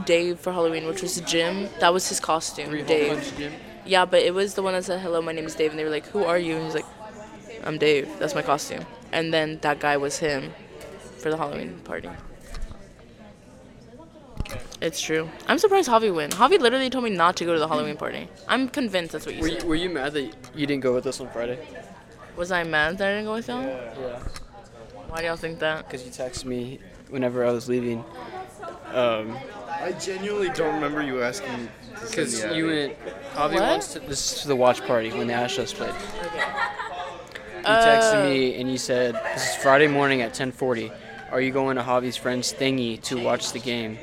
S2: Dave for Halloween, which was Jim. That was his costume,
S4: Three whole
S2: Dave.
S4: bunch Jim.
S2: Yeah, but it was the one that said hello, my name is Dave, and they were like, who are you? And he's like, I'm Dave. That's my costume. And then that guy was him for the Halloween party. It's true. I'm surprised Javi went. Javi literally told me not to go to the Halloween party. I'm convinced that's what you
S4: Were
S2: said.
S4: you, were you mad that you didn't go with us on Friday?
S2: Was I mad that I didn't go with y'all?
S4: Yeah.
S2: Why do y'all think that?
S4: Because you texted me whenever I was leaving.
S1: I genuinely don't remember you asking.
S4: Because you went. Javi
S2: What?
S4: wants to, this is to the watch party when the Astros played. You
S2: Uh,
S4: texted me and you said, "This is Friday morning at 10:40. Are you going to Javi's friend's thingy to watch the game?"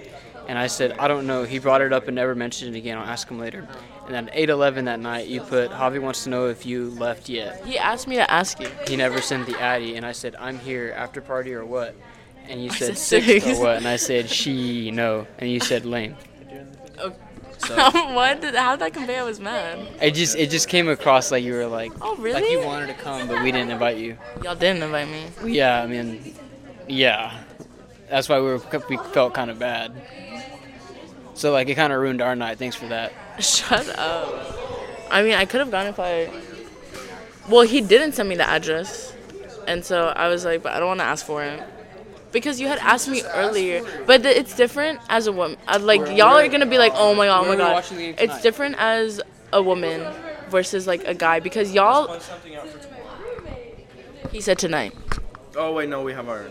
S4: And I said, "I don't know." He brought it up and never mentioned it again. I'll ask him later. And at 8:11 that night, you put, "Javi wants to know if you left yet."
S2: He asked me to ask you.
S4: He never sent the addy, and I said, "I'm here after party or what?" And you
S2: said
S4: said six
S2: six.
S4: or what? And I said, "She no." And you said lame.
S2: Okay.
S4: So
S2: what? Did, how'd that convey I was mad?
S4: it just it just came across like you were like
S2: Oh,
S4: like
S2: really?
S4: you wanted to come, but we didn't invite you.
S2: Y'all didn't invite me.
S4: Yeah, I mean, yeah. That's why we were we felt kind of bad. So like it kind of ruined our night. Thanks for that.
S2: Shut up. I mean, I could have gone if I. Well, he didn't send me the address, and so I was like, but I don't want to ask for it. Because you had asked me earlier, but th- it's different as a woman. I, like y'all are gonna be like, oh my god, oh my
S4: We're
S2: god.
S4: watching the game
S2: It's
S4: tonight.
S2: different as a woman versus like a guy because y'all. He said tonight.
S1: Oh wait, no, we have our.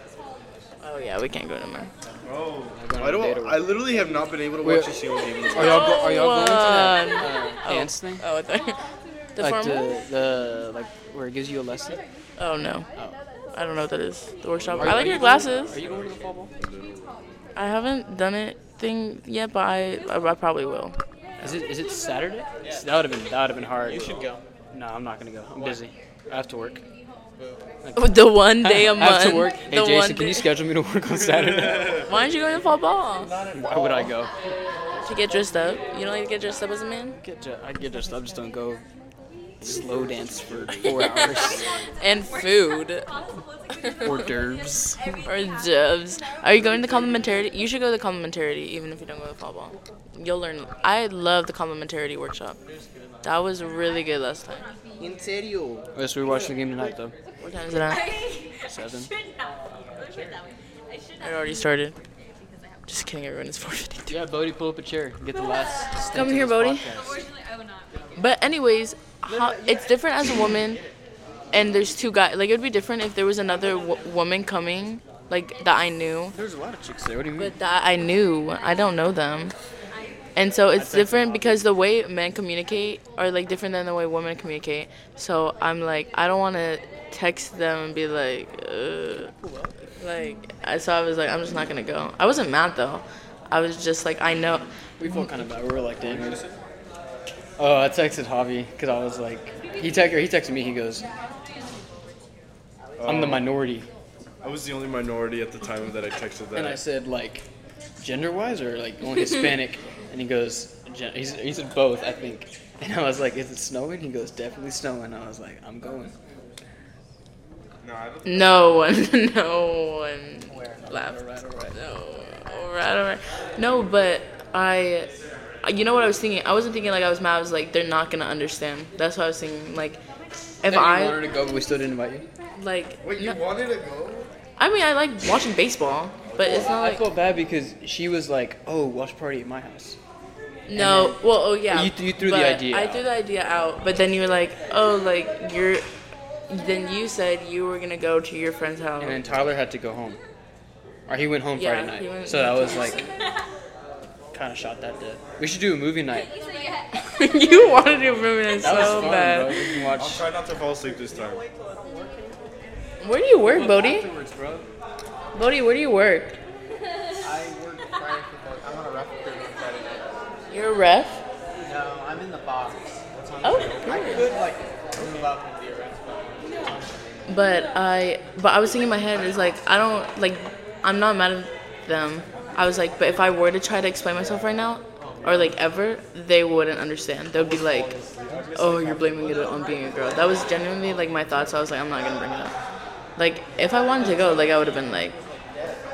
S2: Oh yeah, we can't go tomorrow.
S1: Oh, I don't. I literally have not been able to watch a single game.
S4: Are y'all go, are y'all going to that
S2: Um,
S4: uh, dance thing?
S2: Oh, I thought- the
S4: like
S2: formal.
S4: the, the like where it gives you a lesson.
S2: Oh no. I don't know what that is. The workshop.
S4: you-
S2: I like
S4: are
S2: your
S4: you-
S2: glasses.
S4: Are you going to the fall ball?
S2: I haven't done it thing yet, but I, I, I probably will.
S4: Is it is it Saturday? That would have been that would have been hard. You should go. No, I'm not gonna go. I'm busy. I have to work.
S2: The one day a
S4: I
S2: month.
S4: have to work. Hey
S2: the one
S4: Jason, can you
S2: day-
S4: schedule me to work on Saturday?
S2: Why aren't you going to fall ball?
S4: Why would I go?
S2: To get dressed up. You don't like to get dressed up as a man?
S4: Get ju- I get just I just don't go slow dance for four hours.
S2: And food.
S4: Hors d'oeuvres.
S2: Or jobs. Are you going to complementarity? You should go to complementarity even if you don't go to fall ball. You'll learn. I love the complementarity workshop. That was really good last time.
S4: Oh, so we're watching the game tonight though.
S2: What time is it at?
S4: Seven.
S2: It already started. Just kidding, everyone. It's 4.53.
S4: Yeah, Bodie, pull up a chair. Get the last. stint
S2: Come
S4: of
S2: here,
S4: this
S2: Bodie.
S4: podcast.
S2: But anyways, how, it's different as a woman, and there's two guys. Like it would be different if there was another w- woman coming, like that I knew.
S4: There's a lot of chicks there. What do you mean?
S2: But that I knew, I don't know them, and so it's different because the way men communicate are like different than the way women communicate. So I'm like, I don't want to text them and be like, Ugh. like. I So I was like, I'm just not gonna go. I wasn't mad though. I was just like, I know.
S4: We felt kind of bad. We were like, dang. Oh, I texted Javi because I was like, he text or he texted me. He goes, I'm the minority,
S1: Um, I was the only minority at the time that I texted
S4: and I
S1: that.
S4: said like, gender wise or like only Hispanic, and he goes, gen- he said- he said both, I think. And I was like, is it snowing? He goes, definitely snowing. I was like, I'm going.
S1: No, I don't.
S2: No one, no one left.
S4: Alright, alright.
S2: No, alright, alright. No, but I, you know what I was thinking? I wasn't thinking like I was mad. I was like, they're not gonna understand. That's what I was thinking. Like, if
S4: And you wanted
S2: I
S4: to go, but we still didn't invite you.
S2: like,
S1: Wait, you wanted to go?
S2: I mean, I like watching baseball, but it's not
S4: I
S2: like
S4: felt bad because she was like, "Oh, watch party at my house."
S2: no. Well, oh yeah.
S4: You th- you threw the
S2: but
S4: idea
S2: I
S4: out.
S2: threw the idea out, but then you were like, oh, like you're. Then you said you were gonna go to your friend's house.
S4: And then Tyler had to go home, or he went home
S2: Yeah,
S4: Friday
S2: he
S4: night.
S2: went-
S4: so that was like, kind of shot that dead. We should do a movie night.
S2: you wanted to ruin it
S4: That was
S2: so
S4: fun, bro.
S2: bad.
S4: We can
S1: I'll
S4: watch.
S1: try not to fall asleep this time.
S2: Where do you work, Bodie?
S4: bro.
S2: Bodie, where do you work?
S3: I work Friday football. I'm on a rough crew on Friday night.
S2: You're a ref?
S3: No, I'm in the box. That's on
S2: Oh,
S3: I could like move up and be a ref.
S2: But I but I was thinking in my head is like I don't like I'm not mad at them. I was like, but if I were to try to explain myself right now, or like ever, they wouldn't understand. They'd be like, "Oh, you're blaming it on being a girl." That was genuinely like my thoughts. I was like, I'm not gonna bring it up. Like if I wanted to go, like I would have been like,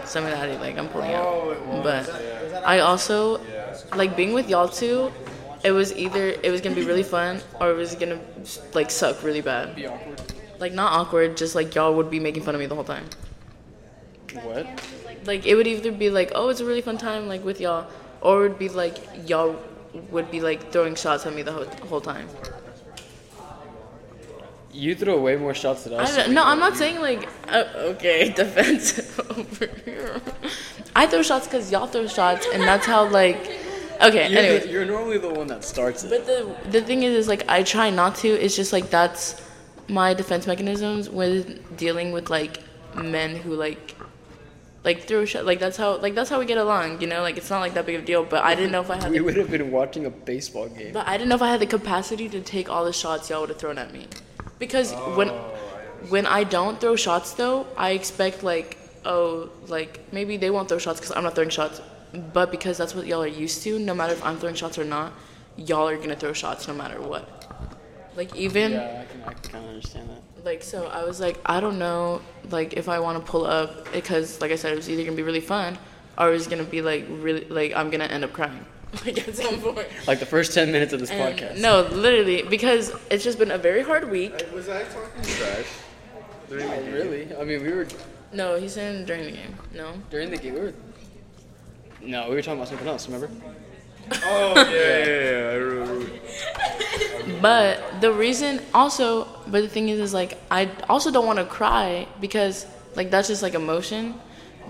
S2: "Send me that, like I'm pulling out." But I also like being with y'all two. It was either it was gonna be really fun or it was gonna like suck really bad like not awkward, just like y'all would be making fun of me the whole time.
S4: What?
S2: Like it would either be like, oh, it's a really fun time, like with y'all, or it would be like y'all would be like throwing shots at me the whole, whole time.
S4: You throw way more shots than
S2: I
S4: us.
S2: don't, no, I'm not saying like uh, okay, defensive over here. I throw shots because y'all throw shots, and that's how like okay.
S4: You're,
S2: Anyways,
S4: the, you're normally the one that starts it.
S2: But the the thing is, is like I try not to. It's just like that's my defense mechanisms when dealing with like men who like like throw shit like that's how like that's how we get along you know like it's not like that big of a deal but i didn't know if i had
S4: We
S2: the,
S4: would have been watching a baseball game.
S2: but i didn't know if i had the capacity to take all the shots y'all would have thrown at me because when when i don't throw shots though i expect like oh like maybe they won't throw shots because i'm not throwing shots but because that's what y'all are used to no matter if i'm throwing shots or not y'all are gonna throw shots no matter what like even
S4: Yeah, I can, I can kind of understand that.
S2: like so i was like i don't know like if i want to pull up because like i said it was either gonna be really fun or it was gonna be like really like i'm gonna end up crying like at some point
S4: Like the first ten minutes of this
S2: And-
S4: podcast.
S2: no literally because it's just been a very hard week
S1: Was I talking trash?
S4: Not really. I mean, we were
S2: no he's in during the game no
S4: during the game. We were. No, we were talking about something else. Remember?
S1: Oh yeah, yeah, yeah. I remember.
S2: but the reason also but the thing is is like i also don't want to cry because like that's just like emotion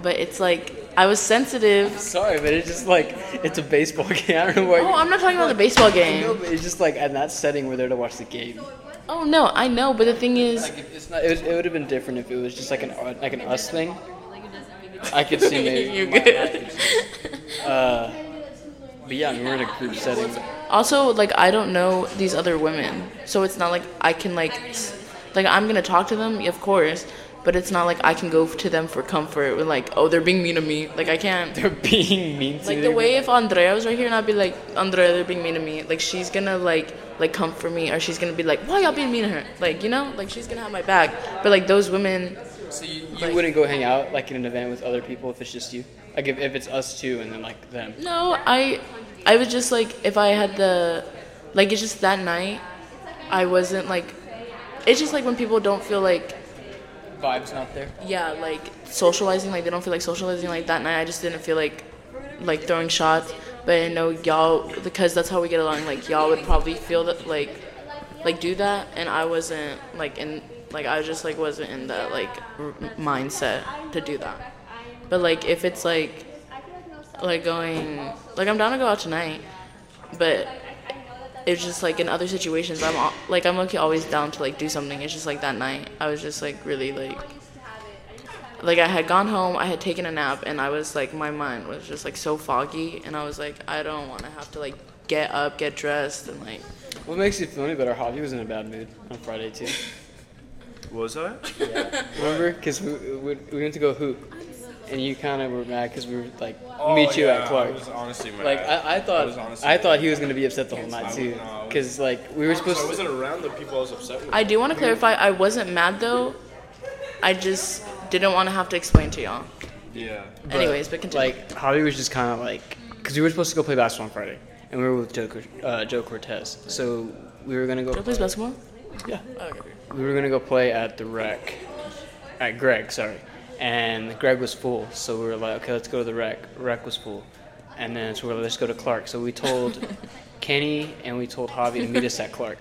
S2: but it's like i was sensitive
S4: Sorry, but it's just like it's a baseball game. I don't know why.
S2: oh i'm not talking about the baseball game
S4: No, but it's just like in that setting, we're there to watch the game.
S2: oh no i know but the thing is
S4: Like if it's not, it, was- it would have been different if it was just like an uh, like an us thing. I could see maybe.
S2: You're
S4: my-
S2: good.
S4: Uh, but yeah, I mean, we're in a group setting.
S2: also like i don't know these other women so it's not like i can like s- like i'm gonna talk to them of course but it's not like i can go to them for comfort with like oh they're being mean to me like i can't
S4: They're being mean to
S2: like the
S4: you.
S2: way if andrea was right here and i'd be like andrea they're being mean to me like she's gonna like like comfort me or she's gonna be like why y'all being mean to her like you know like she's gonna have my back but like those women
S4: So you, you wouldn't go hang out like in an event with other people if it's just you. Like if, if it's us two and then like them.
S2: No, I I was just like if I had the like it's just that night I wasn't like it's just like when people don't feel like
S4: Vibes not there.
S2: yeah, like socializing, like they don't feel like socializing like that night I just didn't feel like like throwing shots. But I know y'all because that's how we get along, like y'all would probably feel that like like do that and I wasn't like in like I just like wasn't in that like r- mindset to do that. But like if it's like like going like I'm down to go out tonight, but it's just like in other situations I'm al- like I'm okay always down to like do something. It's just like that night I was just like really like like I had gone home, I had taken a nap, and I was like my mind was just like so foggy, and I was like I don't want to have to like get up, get dressed, and like
S4: What makes you feel any better? Javi was in a bad mood on Friday too.
S5: Was I?
S4: Remember? Because we, we, we went to go hoop, and you kind of were mad because we were like
S1: Oh,
S4: meet you at Clark.
S5: honestly mad.
S4: like I, I
S5: was
S4: thought
S5: honestly
S4: I, thought he was gonna be upset the whole night too.
S5: no.
S4: Because like we were supposed
S5: I
S4: to.
S5: wasn't around the people I was upset with.
S2: I do want to clarify I wasn't mad though, I just didn't want to have to explain to y'all.
S5: yeah.
S4: but,
S2: Anyways, but continue.
S4: Like Javi was just kind of like because we were supposed to go play basketball on Friday, and we were with Joe Cor- uh, Joe Cortez. So we were gonna go.
S2: Joe plays basketball.
S4: Yeah.
S2: Okay.
S4: we were gonna go play at the rec, at Greg, sorry, and Greg was full, so we were like, okay, let's go to the rec. Rec was full, and then so we were like, let's go to Clark. So we told Kenny and we told Javi to meet us at Clark,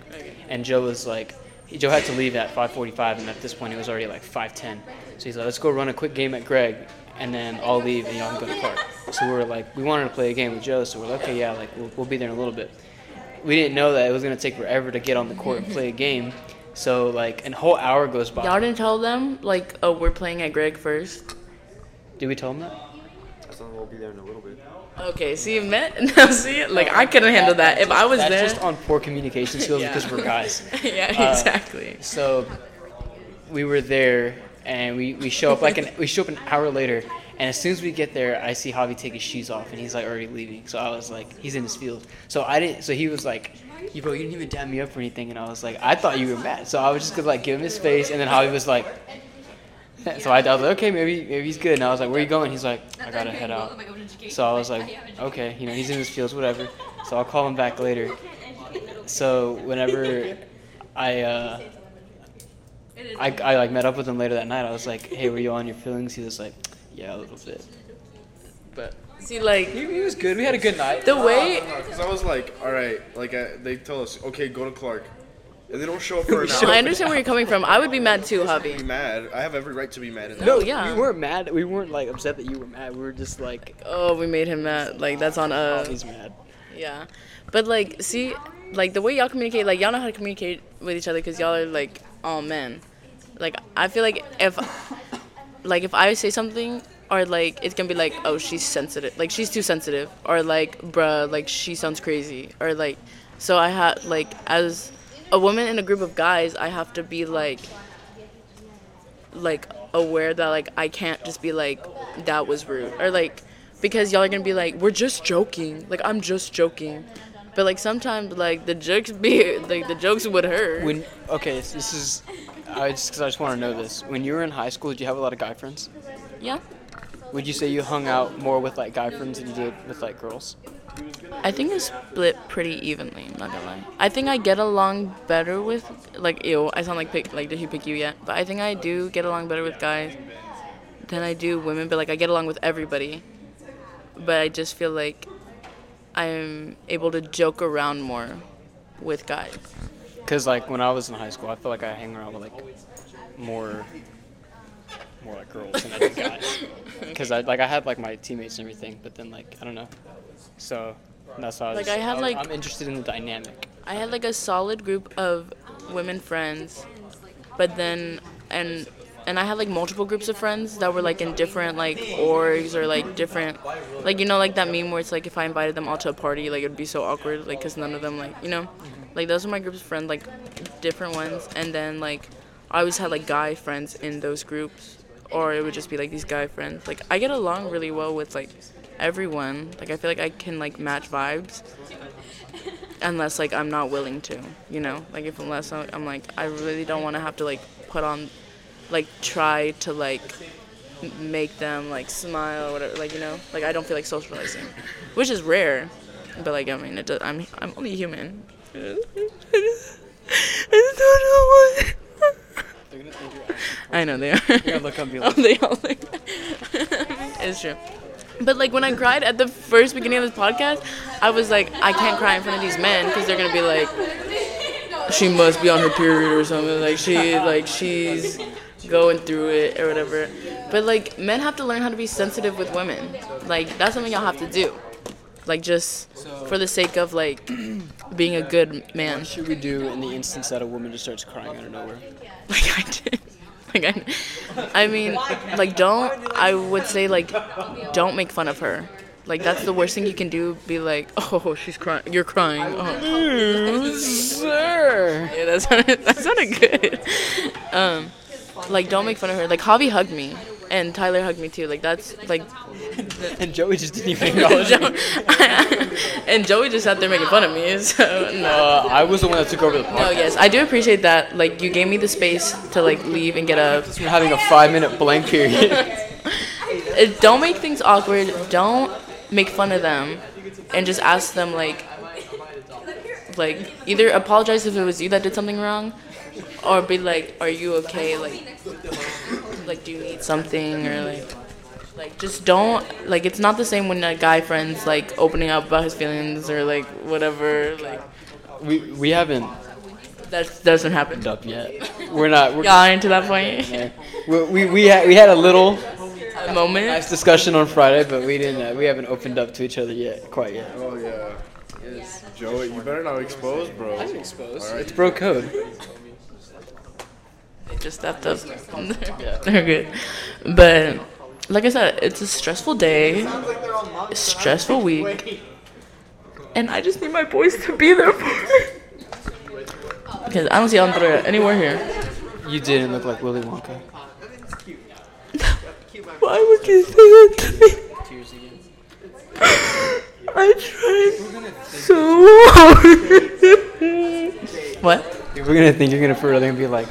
S4: and Joe was like, Joe had to leave at 5:45, and at this point it was already like 5:10. So he's like, let's go run a quick game at Greg, and then I'll leave and y'all can go to Clark. So we were like, we wanted to play a game with Joe, so we're like, okay, yeah, like we'll, we'll be there in a little bit we didn't know that it was gonna take forever to get on the court and play a game. So like, a whole hour goes by.
S2: Y'all didn't tell them like oh we're playing at Greg first.
S4: Did we tell him that?
S2: Okay, see, met no, see, like I couldn't handle that. If I was
S4: That's
S2: there,
S4: just on Uh, poor communication skills
S2: Yeah.
S4: because we're guys.
S2: yeah, exactly.
S4: So we were there, and we, we show up like an we show up an hour later, and as soon as we get there, I see Javi take his shoes off, and he's like already leaving. So I was like, he's in his field. So I didn't. So he was like, you bro, you didn't even dab me up or anything, and I was like, I thought you were mad. So I was just gonna like give him his space, and then Javi was like. So I, I was like, okay, maybe maybe he's good. And I was like, where you going? He's like, I gotta head out. So I was like, okay, you know, he's in his fields, whatever. So I'll call him back later. So whenever I uh, I, I like met up with him later that night, I was like, hey, were you on your feelings? He was like, yeah, a little bit. But
S2: See, like
S4: he, he was good. We had a good night.
S2: the way
S1: Because I was like, all right, like I, they tell us, okay, go to Clark, and they don't show up for an
S2: No, I
S1: hour.
S2: understand where you're coming from. I would be mad too,
S1: I'm
S2: hubby.
S1: mad. I have every right to be mad at that.
S2: No, yeah.
S4: We weren't mad. We weren't like upset that you were mad. We were just like,
S2: Oh, we made him mad. Like that's on
S4: oh,
S2: us.
S4: he's mad.
S2: Yeah, but like, see, like the way y'all communicate, like y'all know how to communicate with each other because y'all are like oh man, like I feel like if like if I say something or like it's gonna be like oh she's sensitive like she's too sensitive or like bruh like she sounds crazy or like so I had like as a woman in a group of guys I have to be like like aware that like I can't just be like that was rude or like because y'all are gonna be like we're just joking like I'm just joking but like sometimes like the jokes be like the jokes would hurt
S4: When okay, s- this is I just because I just want to know this. When you were in high school, did you have a lot of guy friends?
S2: yeah
S4: Would you say you hung out more with like guy friends than you did with like girls?
S2: I think it's split pretty evenly. I'm not gonna lie. I think I get along better with like ew. I sound like pick like did he pick you yet? But I think I do get along better with guys than I do women. But like I get along with everybody. But I just feel like I'm able to joke around more with guys.
S4: Because like when I was in high school, I felt like I hang around with like more, more like girls than I did guys. Because I like I had like my teammates and everything, but then like I don't know. So that's why I was
S2: Like, I had,
S4: was-
S2: like-
S4: I'm interested in the dynamic.
S2: I had like a solid group of women friends, but then and and I had like multiple groups of friends that were like in different like orgs or like different like you know like that meme where it's like if I invited them all to a party like it would be so awkward like cuz none of them like you know like those were my groups of friends like different ones and then like I always had like guy friends in those groups or it would just be like these guy friends like I get along really well with like everyone like I feel like I can like match vibes unless like I'm not willing to, you know, like if unless I'm, I'm like I really don't want to have to like put on, like try to like m- make them like smile or whatever, like you know, like I don't feel like socializing, which is rare, but like I mean it does, I'm I'm only human. I just don't know what.
S4: They're gonna think you're
S2: I know they are.
S4: gonna look up and be
S2: Oh,
S4: like,
S2: they all like it's true. But like when I cried at the first beginning of this podcast, I was like, I can't cry in front of these men because they're gonna be like, she must be on her period or something. Like she, like she's going through it or whatever. But like men have to learn how to be sensitive with women. Like that's something y'all have to do. Like just for the sake of like being a good man.
S4: what should we do in the instance that a woman just starts crying out of nowhere?
S2: Like I did. Like I, I mean, like don't. I would say like, don't make fun of her. Like that's the worst thing you can do. Be like, oh, she's crying. You're crying. Oh, sir. Yeah, that's not. That's not a good. Um, like don't make fun of her. Like Javi hugged me, and Tyler hugged me too. Like that's like.
S4: And Joey just didn't even acknowledge it.
S2: and Joey just sat there making fun of me. So no.
S4: Uh, I was the one that took over the
S2: Oh
S4: podcast.
S2: yes, I do appreciate that. Like you gave me the space to like leave and get up.
S4: We're having a five-minute blank period.
S2: Uh, don't make things awkward. Don't make fun of them, and just ask them like, like either apologize if it was you that did something wrong, or be like, "Are you okay? Like, like do you need something or like." Like just don't like it's not the same when a guy friend's like opening up about his feelings or like whatever like
S4: we we haven't
S2: that doesn't happen.
S4: up yet. We're not. We're,
S2: Y'all aren't to that point.
S4: we we we had, we had a little
S2: A moment.
S4: nice discussion on Friday, but we didn't. Uh, we haven't opened up to each other yet, quite yet.
S1: Oh yeah. Joey, you better not expose, bro.
S4: Exposed.
S1: Alright.
S4: It's bro code.
S2: just stepped up. They're good. But like I said, it's a stressful day, a stressful week, and I just need my boys to be there for it. Because I don't see Andrea anywhere here.
S4: You didn't look like Willy Wonka.
S2: Why would you say that to me? I tried so hard. what?
S4: We're gonna think you're gonna forever gonna be like.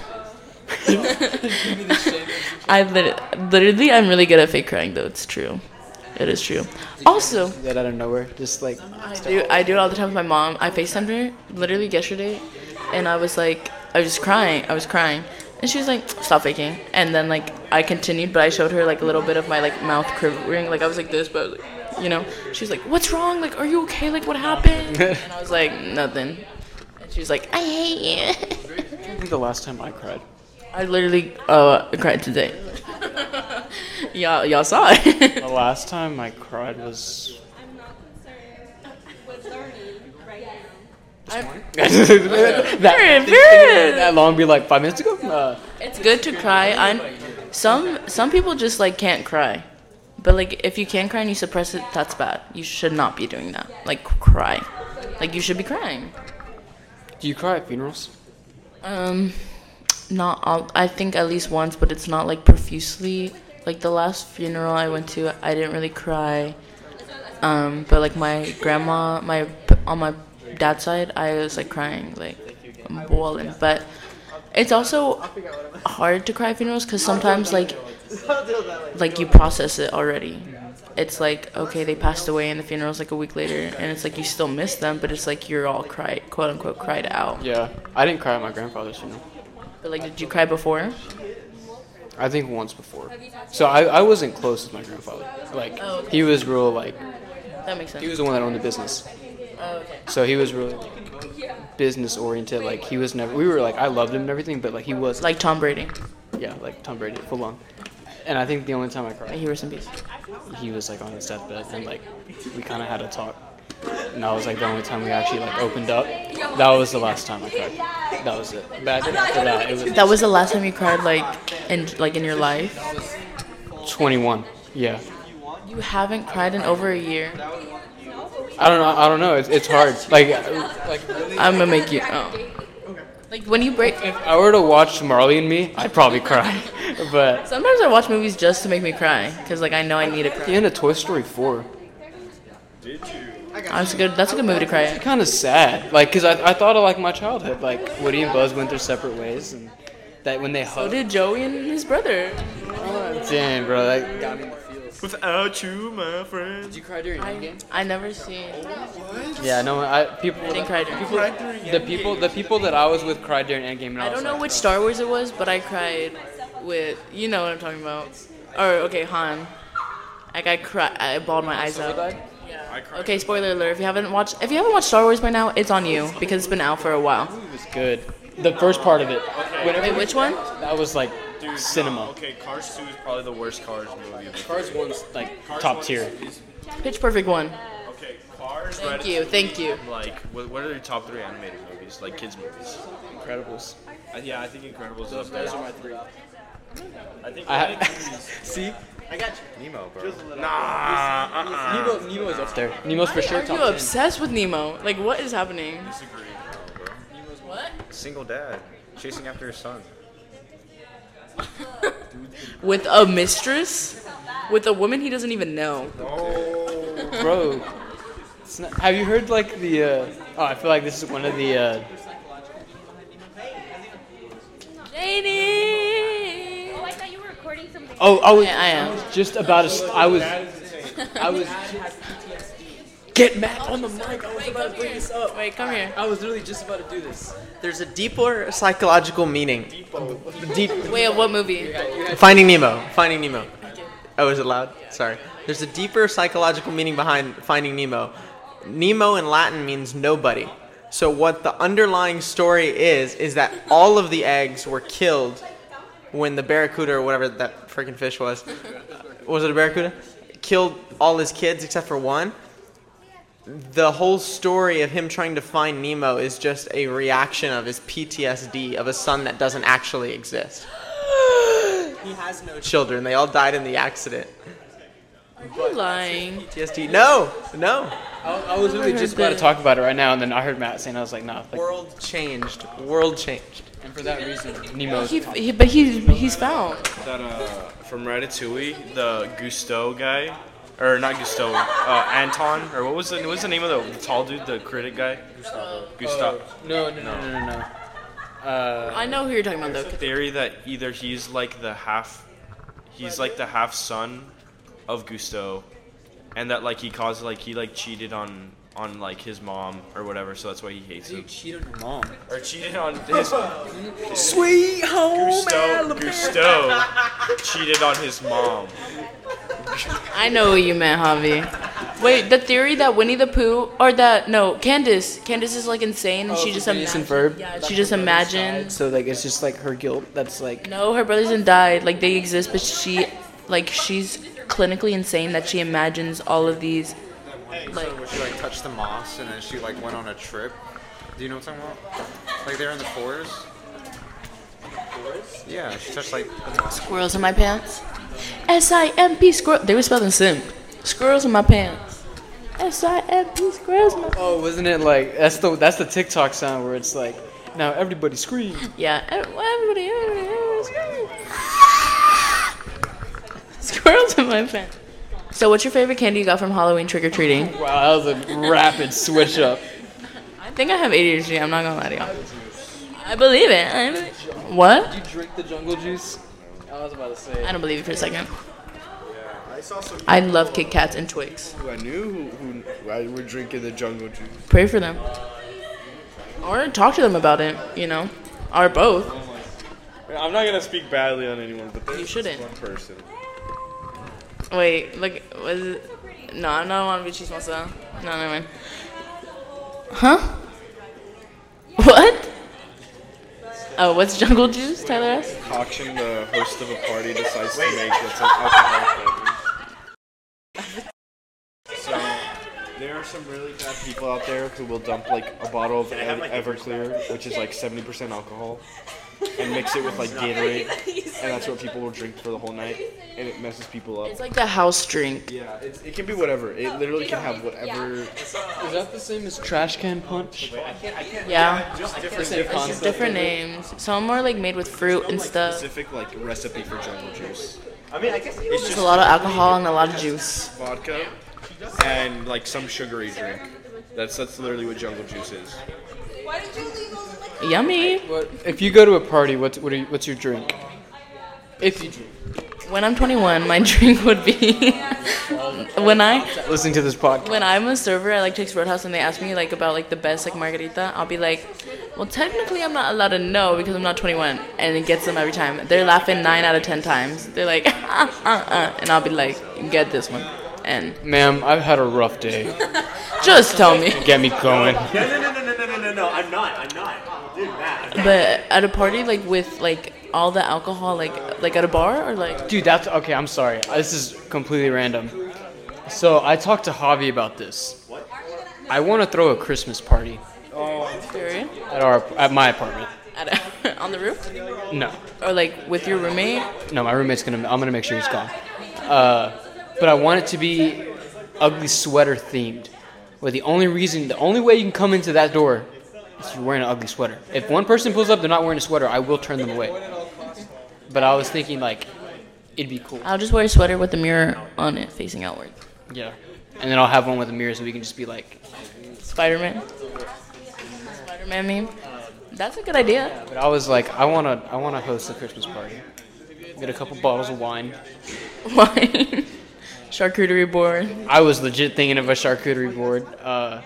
S2: I lit- literally, I'm really good at fake crying though. It's true. It is true. Also,
S4: that out of nowhere. Just like
S2: I do, I do it all the time with my mom. I FaceTimed her literally yesterday, and I was like, I was just crying. I was crying, and she was like, "Stop faking." And then like I continued, but I showed her like a little bit of my like mouth quivering. Like I was like this, but like, you know, she was like, "What's wrong? Like, are you okay? Like, what happened?" and I was like, "Nothing." And she was like, "I hate you."
S4: I think the last time I cried.
S2: I literally uh cried today. y'all, y'all saw it.
S4: The last time I cried was
S6: with learning right now.
S2: I
S8: this morning.
S4: that,
S2: Period, period.
S4: that long be like five minutes ago? Uh,
S2: It's good to cry. i some some people just like can't cry, but like if you can cry and you suppress it, that's bad. You should not be doing that. Like cry, like you should be crying.
S4: do you cry at funerals?
S2: Um, not all. I think at least once, but it's not like profusely. Like the last funeral I went to, I didn't really cry. Um, but like my grandma, my on my dad's side, I was like crying, like bawling. But it's also hard to cry at funerals because sometimes like like you process it already. It's like okay, they passed away, and the funeral's like a week later, and it's like you still miss them, but it's like you're all cried, quote unquote, cried out.
S4: Yeah, I didn't cry at my grandfather's funeral.
S2: But like, did you cry before?
S4: I think once before. So I, I wasn't close with my grandfather. Like he was real like
S2: That makes sense.
S4: he was the one that owned the business. Oh, So he was really business oriented. Like he was never. We were like I loved him and everything, but like he was like
S2: like Tom Brady.
S4: yeah like Tom Brady full on. And I think the only time I
S2: May
S4: cried,
S2: he rest in peace.
S4: he was like on his deathbed, and like we kind of had a talk. And that was like the only time we actually like opened up. That was the last time I cried. That was it. Back after that, it was
S2: That was the last time you cried, like in like in your life.
S4: 21. Yeah.
S2: You haven't cried in over a year.
S4: I don't know. I don't know. It's, it's hard. Like, if
S2: I'm gonna make you. Oh. Like when you break.
S4: I were to watch Marley and Me, I'd probably cry. But
S2: Sometimes I watch movies just to make me cry, cause like I know I need to
S4: the
S2: cry.
S4: end of Toy Story 4,
S2: That's a good. That's a good movie to cry at.
S4: kind of sad. Like, cause I, I thought of like my childhood. Like Woody and Buzz went their separate ways, and that when they
S2: So
S4: hugged.
S2: did Joey and his brother.
S4: Damn, bro. Like,
S8: Got me in the feels.
S5: Without you, my friend.
S8: Did you cry during Endgame?
S2: I never seen.
S4: yeah, no. I people.
S2: I didn't cry during.
S4: people- the people, the people that I was with cried during Endgame, and I,
S2: I
S4: was
S2: don't know
S4: like,
S2: which Star Wars it was, but I cried with you know what I'm talking about. Or okay, Han. Like I cry, I bawled my eyes out. Okay, spoiler alert. If you haven't watched, if you haven't watched Star Wars by now, it's on you because it's been out for a while.
S4: It was good. The first part of it. Whenever
S2: Wait, which one?
S4: that was like cinema,
S5: Okay, Cars 2 is probably the worst Cars movie. ever.
S4: Cars one's like top tier.
S2: Pitch Perfect one.
S5: Okay, Cars.
S2: Thank you, thank you.
S5: Like, what, what are your top three animated movies? Like kids movies?
S4: Incredibles.
S5: Uh, yeah, I think Incredibles is up there.
S8: Those are my three.
S5: I think.
S4: I-
S8: See, I got
S7: Nemo, bro.
S8: you. Nemo, Nemo is up there.
S4: Nemo's for sure
S2: Are you
S4: top ten.
S2: obsessed with Nemo? Like what is happening? What?
S7: Single dad chasing after his son.
S2: With a mistress? With a woman he doesn't even know.
S4: bro. It's not, have you heard like the? Uh, oh, I feel like this is one of the. Uh,
S2: Janie.
S6: Oh, I thought you were recording something.
S4: oh, I was
S2: Yeah, I am.
S4: just about to. St- I was. I was.
S8: Get Matt on the mic. I was about to bring this up.
S2: Wait, come here.
S8: I was literally just about to do this. There's a deeper psychological meaning. Deep.
S2: Wait, what movie?
S8: Finding Nemo. Finding Nemo. Oh, is it loud? Sorry. There's a deeper psychological meaning behind Finding Nemo. Nemo in Latin means nobody. So what the underlying story is is that all of the eggs were killed when the barracuda or whatever that freaking fish was was it a barracuda killed all his kids except for one. The whole story of him trying to find Nemo is just a reaction of his PTSD of a son that doesn't actually exist he has no children. They all died in the accident.
S2: Are you lying?
S8: TST. No, no.
S4: I, I was literally just about to talk about it right now, and then I heard Matt saying I was like, nah. Like,
S8: World changed. World changed.
S4: and for that reason, Nemo's.
S2: He, he, but he's he's found.
S5: That uh, from Ratatouille, the Gusto guy, or not Gusto, uh, Anton, or what was the what was the name of the, tall dude, the critic guy? Gustavo. Oh, Gustavo.
S4: No, no, no, no, no. no. Uh,
S2: I know who you're talking about though.
S5: Theory that either he's like the half, he's like the half son of Gusto, and that like he caused like he like cheated on on like his mom or whatever, so that's why he hates him.
S4: cheat on your mom.
S5: Or cheated on his
S8: Sweet home
S5: Gusto. Gusto cheated on his mom.
S2: I know who you meant, Javi. Wait, the theory that Winnie the Pooh or that no, Candace. Candace is like insane and
S4: Oh,
S2: she just
S4: Phineas and
S2: imagines.
S4: Ferb.
S2: Yeah, she just imagines.
S4: So like, it's just like her guilt. That's like.
S2: No, her brothers and died. Like they exist, but she, like she's clinically insane that she imagines all of these. Like
S7: She like touched the moss and then she like went on a trip Do you know what I'm talking about? Like they're in the forest. Yeah, she touched like
S2: Squirrels in my pants. S I M P squirrel. They were spelled in simp. Squirrels in my pants. S I M P squirrels in my pants.
S4: Oh, wasn't it like that's the that's the TikTok sound where it's like now everybody scream.
S2: Yeah. ev- Everybody, everybody, everybody scream. Squirrels in my pants. So, what's your favorite candy you got from Halloween trick or treating?
S4: Wow, that was a rapid switch up.
S2: I think I have ADHD. I'm not gonna lie to you. I believe it. I believe- what?
S4: You drink the jungle juice? I was about to say.
S2: I don't believe it for a second. I love Kit Kats and Twix.
S1: Who I knew who, who, who I were drinking the jungle juice.
S2: Pray for them, or talk to them about it. You know, or both.
S1: I'm not gonna speak badly on anyone, but there's
S2: You shouldn't.
S1: one person.
S2: Wait, look, was it? No, I'm not want to be cheese myself. No, never mind. Huh? What? Oh, what's jungle juice, Tyler asked?
S1: Auction the host of a party decides to make that's an alcohol flavor. So there are some really bad people out there who will dump like a bottle of Ev- Everclear, which is like 70% alcohol, and mix it with like Gatorade, and that's what people will drink for the whole night, and it messes people up.
S2: It's like the house drink.
S1: Yeah, it's, it can be whatever. It literally can have whatever.
S4: Is that the same as trash can punch?
S2: Yeah.
S1: Just different,
S2: It's just different names. Some are like made with fruit and stuff.
S1: specific like recipe for jungle juice.
S2: There's a lot of alcohol and a lot of juice.
S1: vodka and like some sugary drink. That's that's literally what jungle juice is.
S6: Why did you leave those in the
S2: Yummy.
S4: What, if you go to a party, what, what are you, what's your drink? If you drink.
S2: When I'm 21, my drink would be when I
S4: Listening to this podcast.
S2: when I'm a server at like Chick's Roadhouse and they ask me like about like the best like margarita, I'll be like, well, technically I'm not allowed to know because I'm not 21, and it gets them every time. They're laughing nine out of ten times. They're like, ah, ah, ah, and I'll be like, get this one, and
S4: Ma'am, I've had a rough day.
S2: just tell me.
S4: Get me going.
S3: No, no, no, no, no, no, no, no, no. I'm not. I'm not. Dude, Matt.
S2: But at a party like with like all the alcohol like like at a bar or like
S4: Dude, that's okay. I'm sorry. This is completely random. So I talked to Javi about this. I want to throw a Christmas party
S2: period
S4: at our at my apartment.
S2: at a, on the roof
S4: No,
S2: or like with your roommate.
S4: no, my roommate's gonna. I'm gonna make sure he's gone. Uh, but I want it to be ugly sweater themed. Where the only reason, the only way you can come into that door is you're wearing an ugly sweater. If one person pulls up, they're not wearing a sweater. I will turn them away. But I was thinking like, it'd be cool.
S2: I'll just wear a sweater with a mirror on it facing outward.
S4: Yeah. And then I'll have one with a mirror so we can just be like,
S2: Spider Man. Spider Man meme. That's a good idea.
S4: But I was like, I wanna, I wanna host a Christmas party. Get a couple bottles of wine.
S2: Wine. Charcuterie board.
S4: I was legit thinking of a charcuterie board. Uh,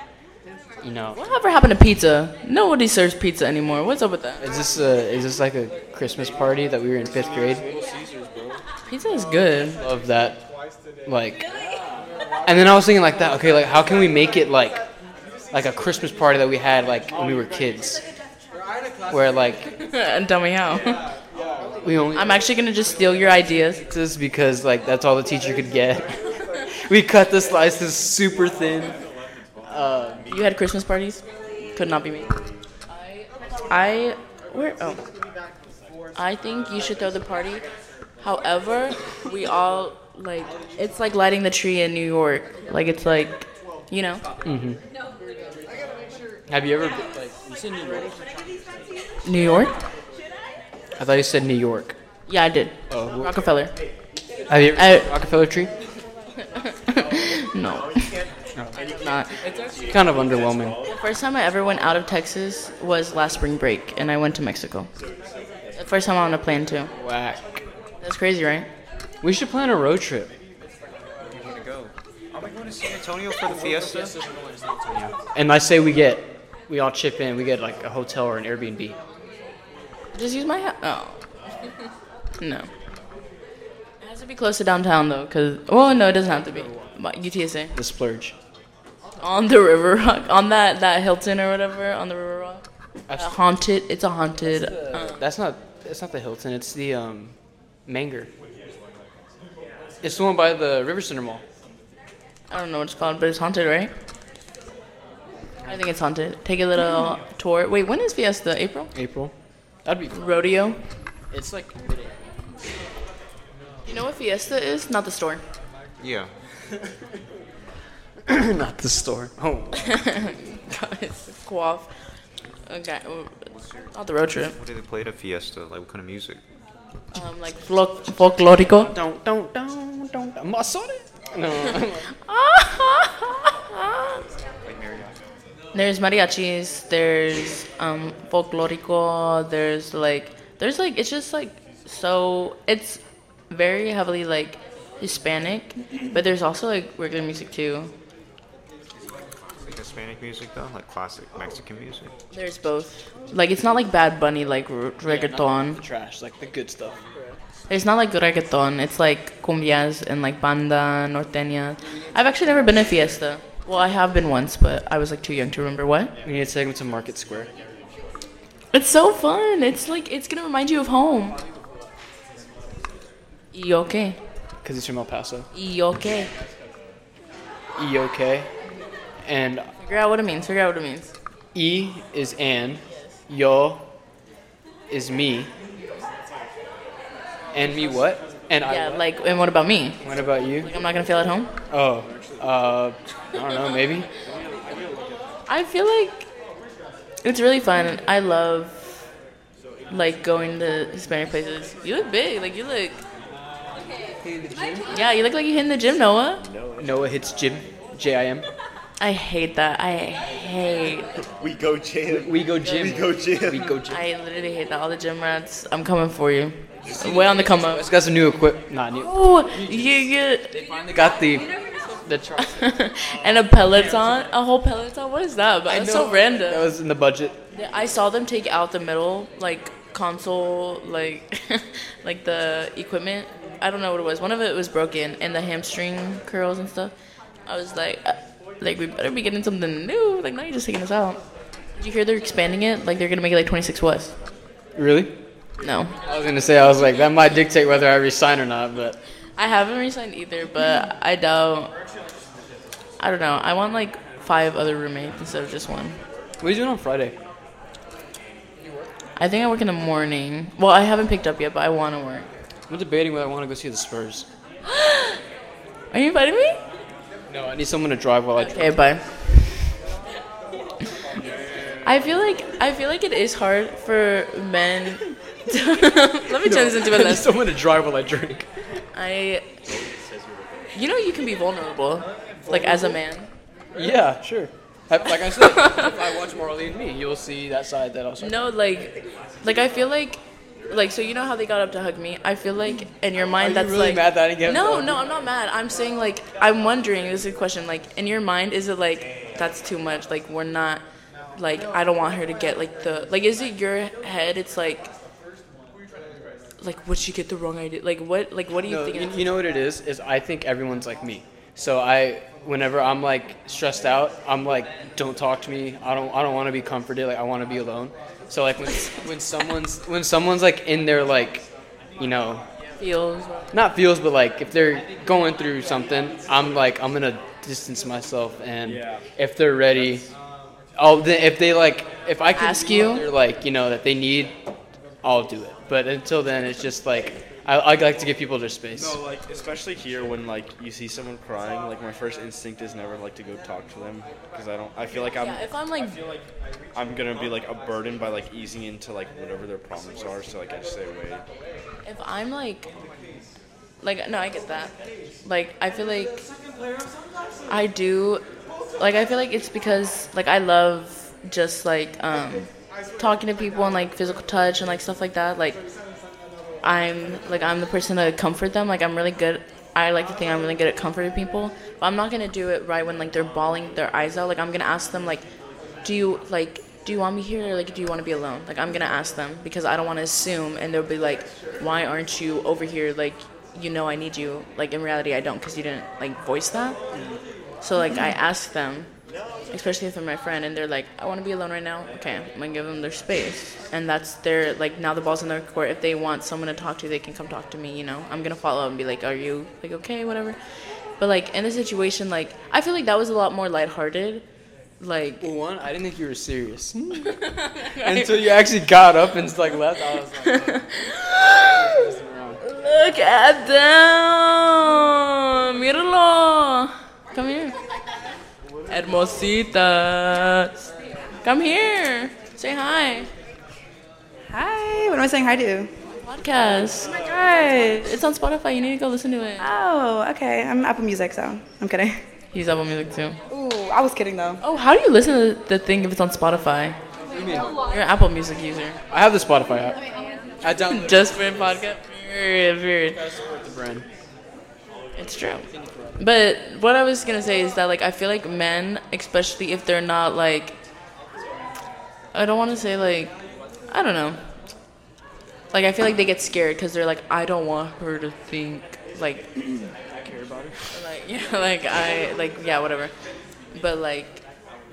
S4: you know,
S2: Whatever happened to pizza? Nobody serves pizza anymore. What's up with that?
S4: is this a, is this like a Christmas party that we were in fifth grade?
S2: Pizza is good.
S4: Of that, like, and then I was thinking like that. Okay, like how can we make it like, like a Christmas party that we had like when we were kids, where like
S2: Dummy how.
S4: we only.
S2: I'm actually gonna just steal your ideas.
S4: slices because like that's all the teacher could get. we cut the slices super thin.
S2: You had Christmas parties? Could not be me. I where oh I think you should throw the party. However, we all like it's like lighting the tree in New York. Like it's like you know.
S4: Have you ever been, like you said New York?
S2: New York?
S4: I thought you said New York.
S2: Yeah, I did.
S4: Oh, wh-
S2: Rockefeller.
S4: have you ever
S2: I-
S4: been to Rockefeller Tree? Oh,
S2: No. Not.
S4: It's kind of underwhelming.
S2: The first time I ever went out of Texas was last spring break, and I went to Mexico. The first time on a plane too.
S4: Whack.
S2: That's crazy, right?
S4: We should plan a road trip.
S7: Are we going to San Antonio for the fiesta?
S4: And I say we get, we all chip in. We get like a hotel or an Airbnb.
S2: Just use my house. Oh. no. It has to be close to downtown though, cause well, no, it doesn't have to be. But UTSA
S4: The splurge.
S2: on the River Rock, on that that Hilton or whatever on the River Rock.
S4: That's,
S2: A haunted. It's a haunted. Uh,
S4: that's not. That's not the Hilton. It's the um, Manger. It's the one by the River Center Mall.
S2: I don't know what it's called, but it's haunted, right?
S4: I
S2: I think it's haunted. Take a little tour. Wait, when is Fiesta? April?
S4: April. That'd be cool.
S2: Rodeo?
S4: It's like
S2: You know what Fiesta is? Not the store.
S7: Yeah.
S4: not the store. Oh,
S2: Guys, quaff. Okay, uh, not the road trip.
S7: What do they play at a fiesta? Like, what kind of music?
S2: Um, like folk, folklorico.
S4: don't don't don't don't. I'm I saw it.
S2: There's mariachis. There's um folklorico. There's like there's like it's just like so it's very heavily like Hispanic, but there's also like regular music too.
S7: Like Hispanic music, though? Like classic Mexican music?
S2: There's both. Like it's not like Bad Bunny like r- reggaeton.
S4: The trash, like the good stuff.
S2: It's not like reggaeton. It's like cumbias and like banda norteña. I've actually never been to fiesta. Well, I have been once, but I was like too young to remember what.
S4: We need to take them to Market Square.
S2: It's so fun. It's like it's gonna remind you of home. Y okay.
S4: Cause he's from El Paso.
S2: Y okay.
S4: E O K, and
S2: Figure out what it means. Figure out what it means.
S4: E is Ann, yo is me, and me what? And I.
S2: Yeah,
S4: what?
S2: like and what about me?
S4: What about you?
S2: Like I'm not gonna feel at home.
S4: Oh, uh, I don't know. Maybe.
S2: I feel like it's really fun. I love like going to Hispanic places. You look big. Like you look. Yeah, you look like you hit in the gym, Noah.
S4: Noah hits Jim. J I M.
S2: I hate that. I hate.
S1: We go jam.
S4: We go Jim.
S1: We go jam.
S4: We go Jim.
S2: I literally hate that. All the gym rats. I'm coming for you. Way on the come up.
S4: It's got some new equip. Not new.
S2: Oh, you get
S4: They finally got the the. Tri-
S2: and a peloton, a whole peloton. What is that? But that's so random.
S4: That was in the budget.
S2: I saw them take out the middle like console like like the equipment. I don't know what it was. One of it was broken and the hamstring curls and stuff. I was like uh, like we better be getting something new. Like now you're just taking this out. Did you hear they're expanding it? Like they're gonna make it like 26 West.
S4: Really?
S2: No,
S4: I was gonna say I was like that might dictate whether I resign or not, but
S2: I haven't resigned either, but I doubt. I don't know. I want like five other roommates instead of just one.
S4: what are you doing on Friday?
S2: I think I work in the morning. Well, I haven't picked up yet, but I want to work.
S4: I'm debating whether I want to go see the Spurs.
S2: Are you inviting me?
S4: No, I need someone to drive while I drive.
S2: Okay, bye. I feel like I feel like it is hard for men. To Let me turn this into a
S4: I need
S2: list.
S4: someone to drive while I drink.
S2: I, you know, you can be vulnerable, like as a man.
S4: Yeah, sure. I- Like I said, if I watch Marley and Me, you'll see that side that I'll start.
S2: No, like, like I feel like, like so you know how they got up to hug me. I feel like in your mind
S4: you
S2: that's
S4: really
S2: like
S4: mad that I didn't get up to
S2: no,
S4: hug
S2: no, I'm not mad. I'm saying like I'm wondering. This is a question. Like in your mind, is it like that's too much? Like we're not. Like I don't want her to get like the like. Is it your head? It's like. Like would she get the wrong idea? Like what? Like what do you
S4: No,
S2: think?
S4: you, you know what it is? Is I think everyone's like me. So I, whenever I'm like stressed out, I'm like, don't talk to me. I don't, I don't want to be comforted. Like I want to be alone. So like when, when someone's, when someone's like in their like, you know,
S2: feels.
S4: not feels, but like if they're going through something, I'm like I'm gonna distance myself, and if they're ready, I'll then if they like if I can
S2: Ask
S4: feel
S2: you?
S4: they're like you know that they need, I'll do it. But until then, it's just like I, I like to give people their space.
S1: No, like especially here when like you see someone crying, like my first instinct is never like to go talk to them because I don't. I feel like I'm
S2: Yeah, if I'm like
S1: I'm gonna be like a burden by like easing into like whatever their problems are. So like I just stay away.
S2: If I'm like, like no, I get that. Like I feel like I do, like I feel like it's because like I love just like um talking to people and like physical touch and like stuff like that. Like I'm like I'm the person to comfort them. Like I'm really good. I like to think I'm really good at comforting people, but I'm not gonna do it right when like they're bawling their eyes out. Like I'm gonna ask them like, do you like do you want me here or like do you want to be alone? Like I'm gonna ask them because I don't want to assume and they'll be like, why aren't you over here? Like you know I need you. Like in reality I don't because you didn't like voice that. So like I ask them, especially if they're my friend, and they're like, I want to be alone right now. Okay, I'm gonna give them their space, and that's their like now the ball's in their court. If they want someone to talk to, they can come talk to me. You know, I'm gonna follow up and be like, Are you like okay, whatever. But like in this situation, like I feel like that was a lot more lighthearted Like,
S4: Well, one, I didn't think you were serious until you actually got up and like left. I was like,
S2: look at them. Míralo. Come here. Hermositas. Come here. Say hi.
S9: Hi, what am I saying hi to?
S2: Podcast.
S9: my gosh.
S2: It's on Spotify. You need to go listen to it.
S9: Oh, okay. I'm Apple Music, so I'm kidding.
S2: He's Apple Music too.
S9: Ooh, I was kidding though.
S2: Oh, how do you listen to the thing if it's on Spotify? You're an Apple Music user.
S4: I have the Spotify app. I downloaded
S2: Just for a podcast. Weird, weird.
S4: the brand.
S2: It's true. But what I was gonna say is that like I feel like men, especially if they're not like, I don't want to say like, I don't know. Like I feel like they get scared because they're like, I don't want her to think like, I care about her. Like yeah, like I like yeah whatever. But like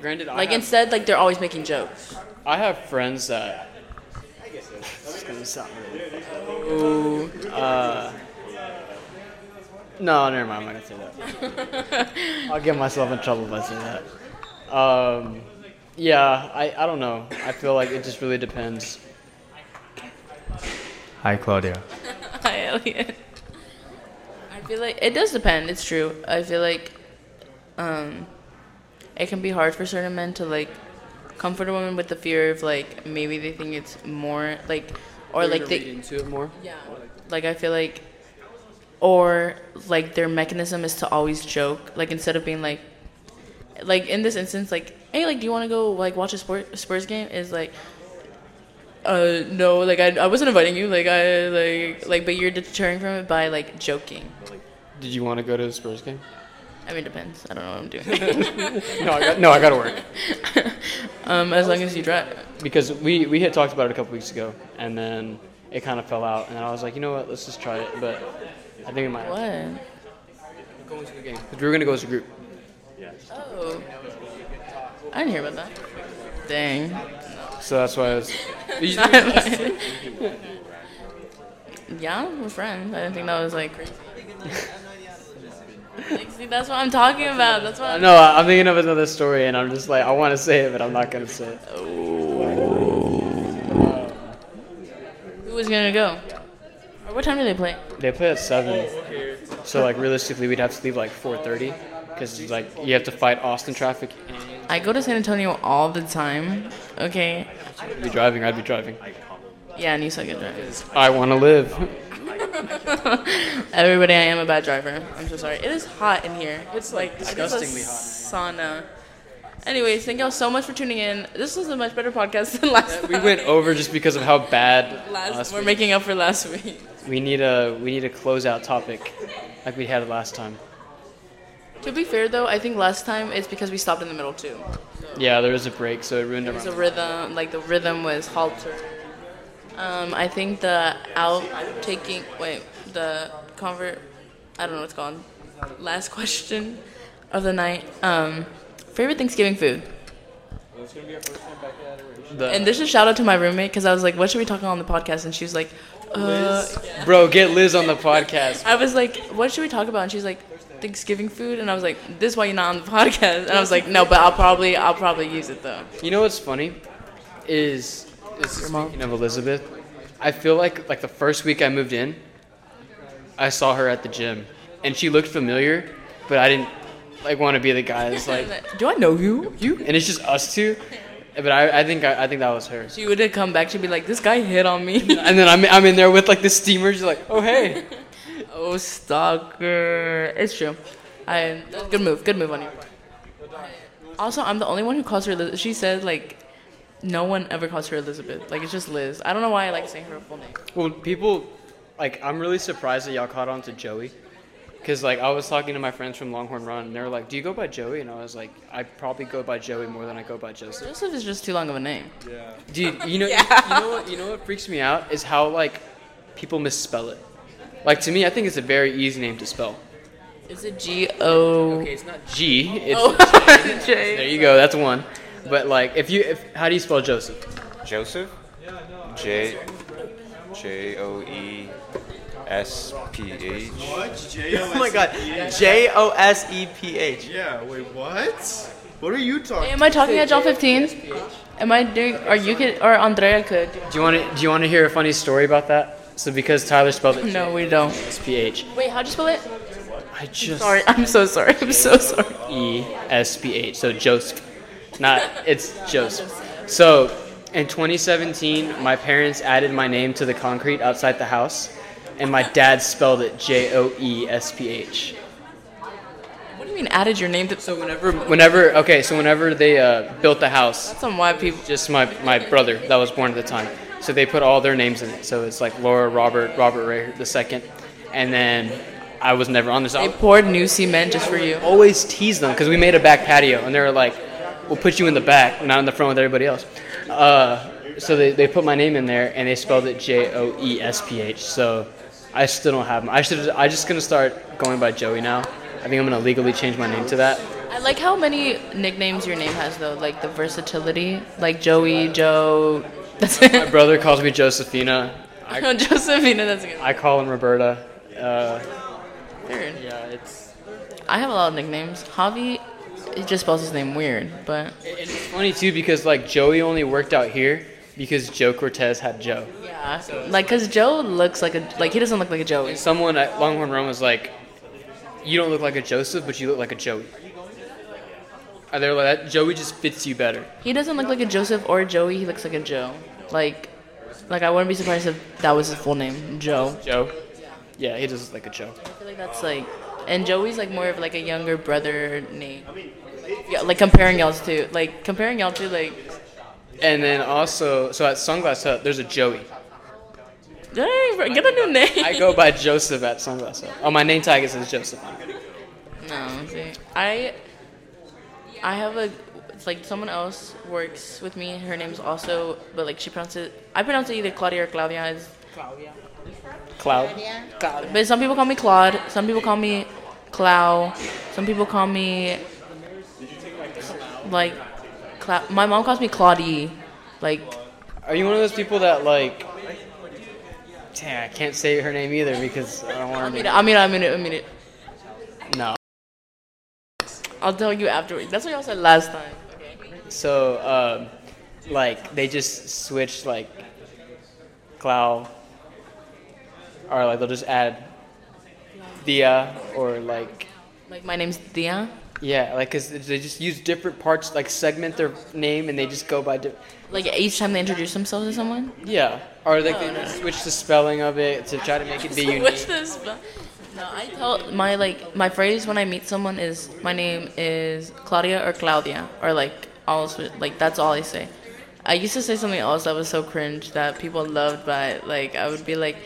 S4: Granted, I
S2: like
S4: have-
S2: instead like they're always making jokes.
S4: I have friends that. This is gonna sound really Ooh, uh, no, never mind. I'm not gonna say that. I'll get myself in trouble if I say that. Um, yeah, I, I don't know. I feel like it just really depends.
S10: Hi, Claudia.
S2: Hi, Elliot. I feel like it does depend. It's true. I feel like um, it can be hard for certain men to like comfort a woman with the fear of like maybe they think it's more like or like
S4: dig
S2: they
S4: into it more.
S2: yeah like I feel like or like their mechanism is to always joke like instead of being like like in this instance like hey like do you want to go like watch a sport, Spurs game is like uh no like I, I wasn't inviting you like I like like but you're deterring from it by like joking
S4: Did you want to go to the Spurs game?
S2: I mean, it depends. I don't know what I'm doing.
S4: No, I got, no, I got to work
S2: um, as long as you drive.
S4: because we we had talked about it a couple weeks ago, and then it kind of fell out, and I was like, you know what? Let's just try it. But I think it might. have
S2: What?
S4: to go into the game. 'Cause we were gonna go as a group.
S2: Oh. I didn't hear about that. Dang.
S4: So that's why I was.
S2: yeah, we're friends. I didn't think that was like crazy. Like, See, that's what I'm talking about. That's what. I'm
S4: No, I- I'm thinking of another story, and I'm just like, I want to say it, but I'm not gonna say it.
S2: Who was gonna go? Or what time do they play?
S4: They play at seven,
S2: Oh,
S4: so like realistically, we'd have to leave like 4:30, because like you have to fight Austin traffic. And
S2: I go to San Antonio all the time. Okay.
S4: you'd be driving. I'd be driving.
S2: Yeah, and you suck at driving.
S4: I want to live.
S2: Everybody, I am a bad driver. I'm so sorry. It is hot in here. It's like disgustingly hot. Sauna. Anyways, thank y'all so much for tuning in. This was a much better podcast than last.
S4: We went over just because of how bad.
S2: last.
S4: last
S2: we're
S4: week-
S2: making up for last week.
S4: We need a we need a closeout topic, like we had last time.
S2: To be fair though, I think last time it's because we stopped in the middle too.
S4: Yeah, there was a break, so it ruined
S2: There's
S4: our.
S2: a rhythm, like the rhythm was haltered. Um, I think the out taking wait the convert, I don't know what's called. Last question of the night. Um, favorite Thanksgiving food.
S4: The,
S2: And this is a shout out to my roommate because I was like, "What should we talk on the podcast?" And she was like, uh,
S4: bro, get Liz on the podcast.
S2: "I was like, what should we talk about?" And she's like, "Thanksgiving food." And I was like, "This is why you're not on the podcast." And I was like, "No, but I'll probably, I'll probably use it though."
S4: You know what's funny is, is speaking of Elizabeth, I feel like like the first week I moved in, I saw her at the gym, and she looked familiar, but I didn't like want to be the guy that's like
S2: Do I know you?
S4: you, and it's just us two. But I, I think I, I think that was her.
S2: She would have come back. She'd be like, "This guy hit on me."
S4: And then I'm I'm in there with like the steamer, just like oh hey,
S2: oh, stalker. It's true. I good move. Good move on your part. Also, I'm the only one who calls her. Liz- she said like. No one ever calls her Elizabeth. Like it's just Liz. I don't know why I like saying her full name.
S4: well people, like I'm really surprised that y'all caught on to Joey. Cause like I was talking to my friends from Longhorn Run, and they were like, "Do you go by Joey?" And I was like, "I probably go by Joey more than I go by Joseph."
S2: Joseph is just too long of a name.
S4: Dude, you know, you, know what, you know what freaks me out is how like people misspell it. Like to me, I think it's a very easy name to spell.
S2: Is it G O?
S4: It's not G. It's
S2: Oh. J.
S4: there you go. That's one. But like, if you, if how do you spell Joseph?
S7: Joseph? J. J O E S P H.
S1: What? J O S E P H?
S8: Oh my god. J O S E P H.
S1: Yeah, wait, what? What are you talking?
S2: Am I talking at John 15? Am I doing? Are you could or Andrea could?
S4: Do you want to? Do you want to hear a funny story about that? So because Tyler spelled it
S2: No, we don't.
S4: S-P-H.
S2: Wait, how'd you spell it?
S4: I just
S2: Sorry, I'm so sorry. I'm so sorry.
S4: E S P H. So Joseph, not it's Joseph. So in 2017, my parents added my name to the concrete outside the house, and my dad spelled it J O E S P H.
S2: What do you mean added your name to? So whenever.
S4: Whenever okay, so whenever they uh, built the house,
S2: Some white people.
S4: just my my brother that was born at the time. So they put all their names in it. So it's like Laura, Robert, Robert Ray the second, and then I was never on this. I
S2: They poured new cement just for you.
S4: always tease them because we made a back patio, and they were like, "We'll put you in the back, not in the front with everybody else." Uh, so they, they put my name in there, and they spelled it J O E S P H. So I still don't have. 'em. I should. I just gonna start going by Joey now. I think I'm gonna legally change my name to that.
S2: I like how many nicknames your name has though, like the versatility, like Joey, Joe. That's
S4: My
S2: it.
S4: brother calls me Josephina. I,
S2: Josephina, that's good.
S4: I call him Roberta. Uh,
S2: Weird.
S4: yeah, it's.
S2: I have a lot of nicknames. Javi, it just spells his name weird, but
S4: And it's funny too because like Joey only worked out here because Joe Cortez had Joe.
S2: yeah, like cause Joe looks like a like he doesn't look like a Joey.
S4: Someone at Longhorn Run was like, "You don't look like a Joseph, but you look like a Joey." And they were like, "That Joey just fits you better."
S2: He doesn't look like a Joseph or a Joey. He looks like a Joe. Like, like I wouldn't be surprised if that was his full name, Joe.
S4: Joe. Yeah, he just looks like a Joe.
S2: I feel like that's like, and Joey's like more of like a younger brother name. Yeah, like comparing y'all to like comparing y'all to like.
S4: And then also, so at Sunglass Hut, there's a Joey.
S2: Dang, bro, get a new name.
S4: I go by Joseph at Sunglass Hut. Oh, my name tag it says Joseph. on it.
S2: No, see, I, I have a, it's like someone else works with me. Her name's also, but like she pronounces, I pronounce it either Claudia or Claudia. It's,
S4: Cloud.
S2: but some people call me Claude. Some people call me Clow. Some people call me, like, Cla- my mom calls me Claudie. Like,
S4: Are you one of those people that like? Damn, I can't say her name either because I don't
S2: I
S4: want
S2: mean,
S4: to.
S2: I mean, I mean, it, I mean it.
S4: No.
S2: I'll tell you afterwards. That's what y'all said last time.
S4: So, um, like, they just switch, like, Clow, or, like, they'll just add Dia, or, like,
S2: Like, my name's Dia.
S4: yeah, like, 'cause they just use different parts, like, segment their name, and they just go by, di-
S2: Like each time they introduce themselves to someone.
S4: yeah. Or, like, they switch the spelling of it to try to make it be
S2: So what's
S4: unique.
S2: this? bu- No, I tell my like my phrase when I meet someone is my name is Claudia or Claudia or like all like that's all I say. I used to say something else that was so cringe that people loved, but like I would be like,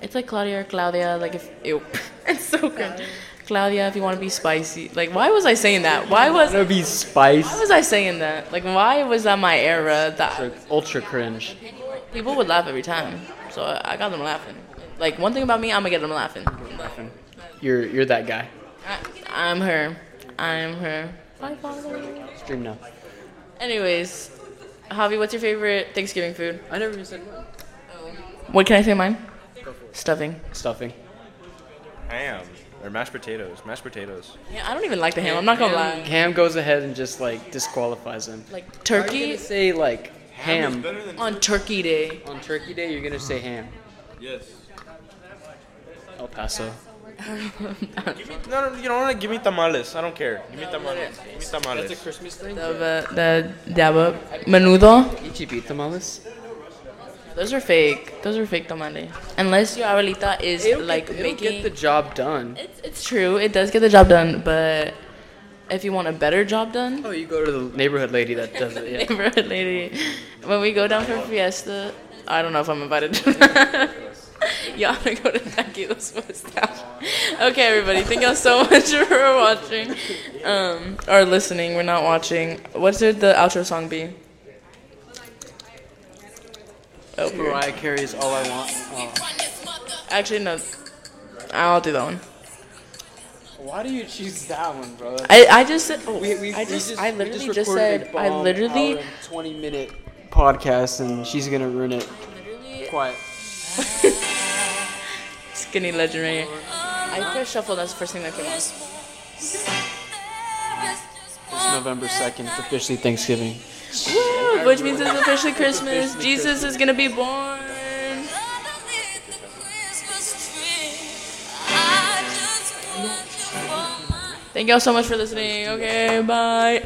S2: it's like Claudia or Claudia. Like if ew, it's so cringe. Claudia, if you want to be spicy, like why was I saying that? Why was
S4: That would be Spice.
S2: why was I saying that? Like why was that my era that
S4: Ultra cringe.
S2: people would laugh every time? So I I got them laughing. Like one thing about me, I'm gonna get them laughing.
S4: You're, you're that guy.
S2: I, I'm her. I'm her. Bye, Father.
S4: Stream now.
S2: Anyways, Javi, what's your favorite Thanksgiving food?
S4: I never even said one.
S2: What can I say mine? Stuffing.
S4: Stuffing.
S7: Ham or mashed potatoes. Mashed potatoes.
S2: Yeah, I don't even like the ham. I'm not gonna
S4: Ham-
S2: lie.
S4: Ham goes ahead and just, like, disqualifies him.
S2: Like
S4: You're
S2: turkey
S4: gonna say like ham
S2: on Turkey Day.
S4: on Turkey Day. You're gonna say ham.
S5: Yes.
S4: El Paso.
S7: No, no, you don't want to give me tamales. I don't care. Give me tamales. Give me tamales.
S4: Christmas thing.
S2: uh, The the daba menudo.
S4: Ichibi tamales.
S2: Those are fake. Those are fake tamales. Unless your abuelita is like
S4: it'll
S2: making.
S4: get the job done.
S2: it's, it's true. It does get the job done, but if you want a better job done,
S4: Oh, you go to the neighborhood lady that does it. Yeah.
S2: neighborhood lady. When we go down for fiesta, I don't know if I'm invited. to Y'all gonna go to Taquitos West Okay, everybody, thank y'all so much for watching um, or listening. We're not watching. What should the outro song be? Oh, weird.
S4: Mariah Carey is all I want. Oh.
S2: actually, no. I'll do that one.
S4: Why do you choose that one, bro?
S2: I, I just said. Oh,
S4: We- we-
S2: I
S4: we
S2: just, I
S4: we
S2: literally just,
S4: recorded a
S2: said. I
S4: bomb hour
S2: literally.
S4: and twenty minute podcast, and she's gonna ruin it. Quiet.
S2: Skinny legend right here. I pressed shuffle. That's the first thing that came up.
S6: There is just
S4: It's November 2nd, it's officially Thanksgiving.
S2: Woo, which means it's officially Christmas. Jesus is gonna be born. Thank y'all so much for listening. Okay, bye.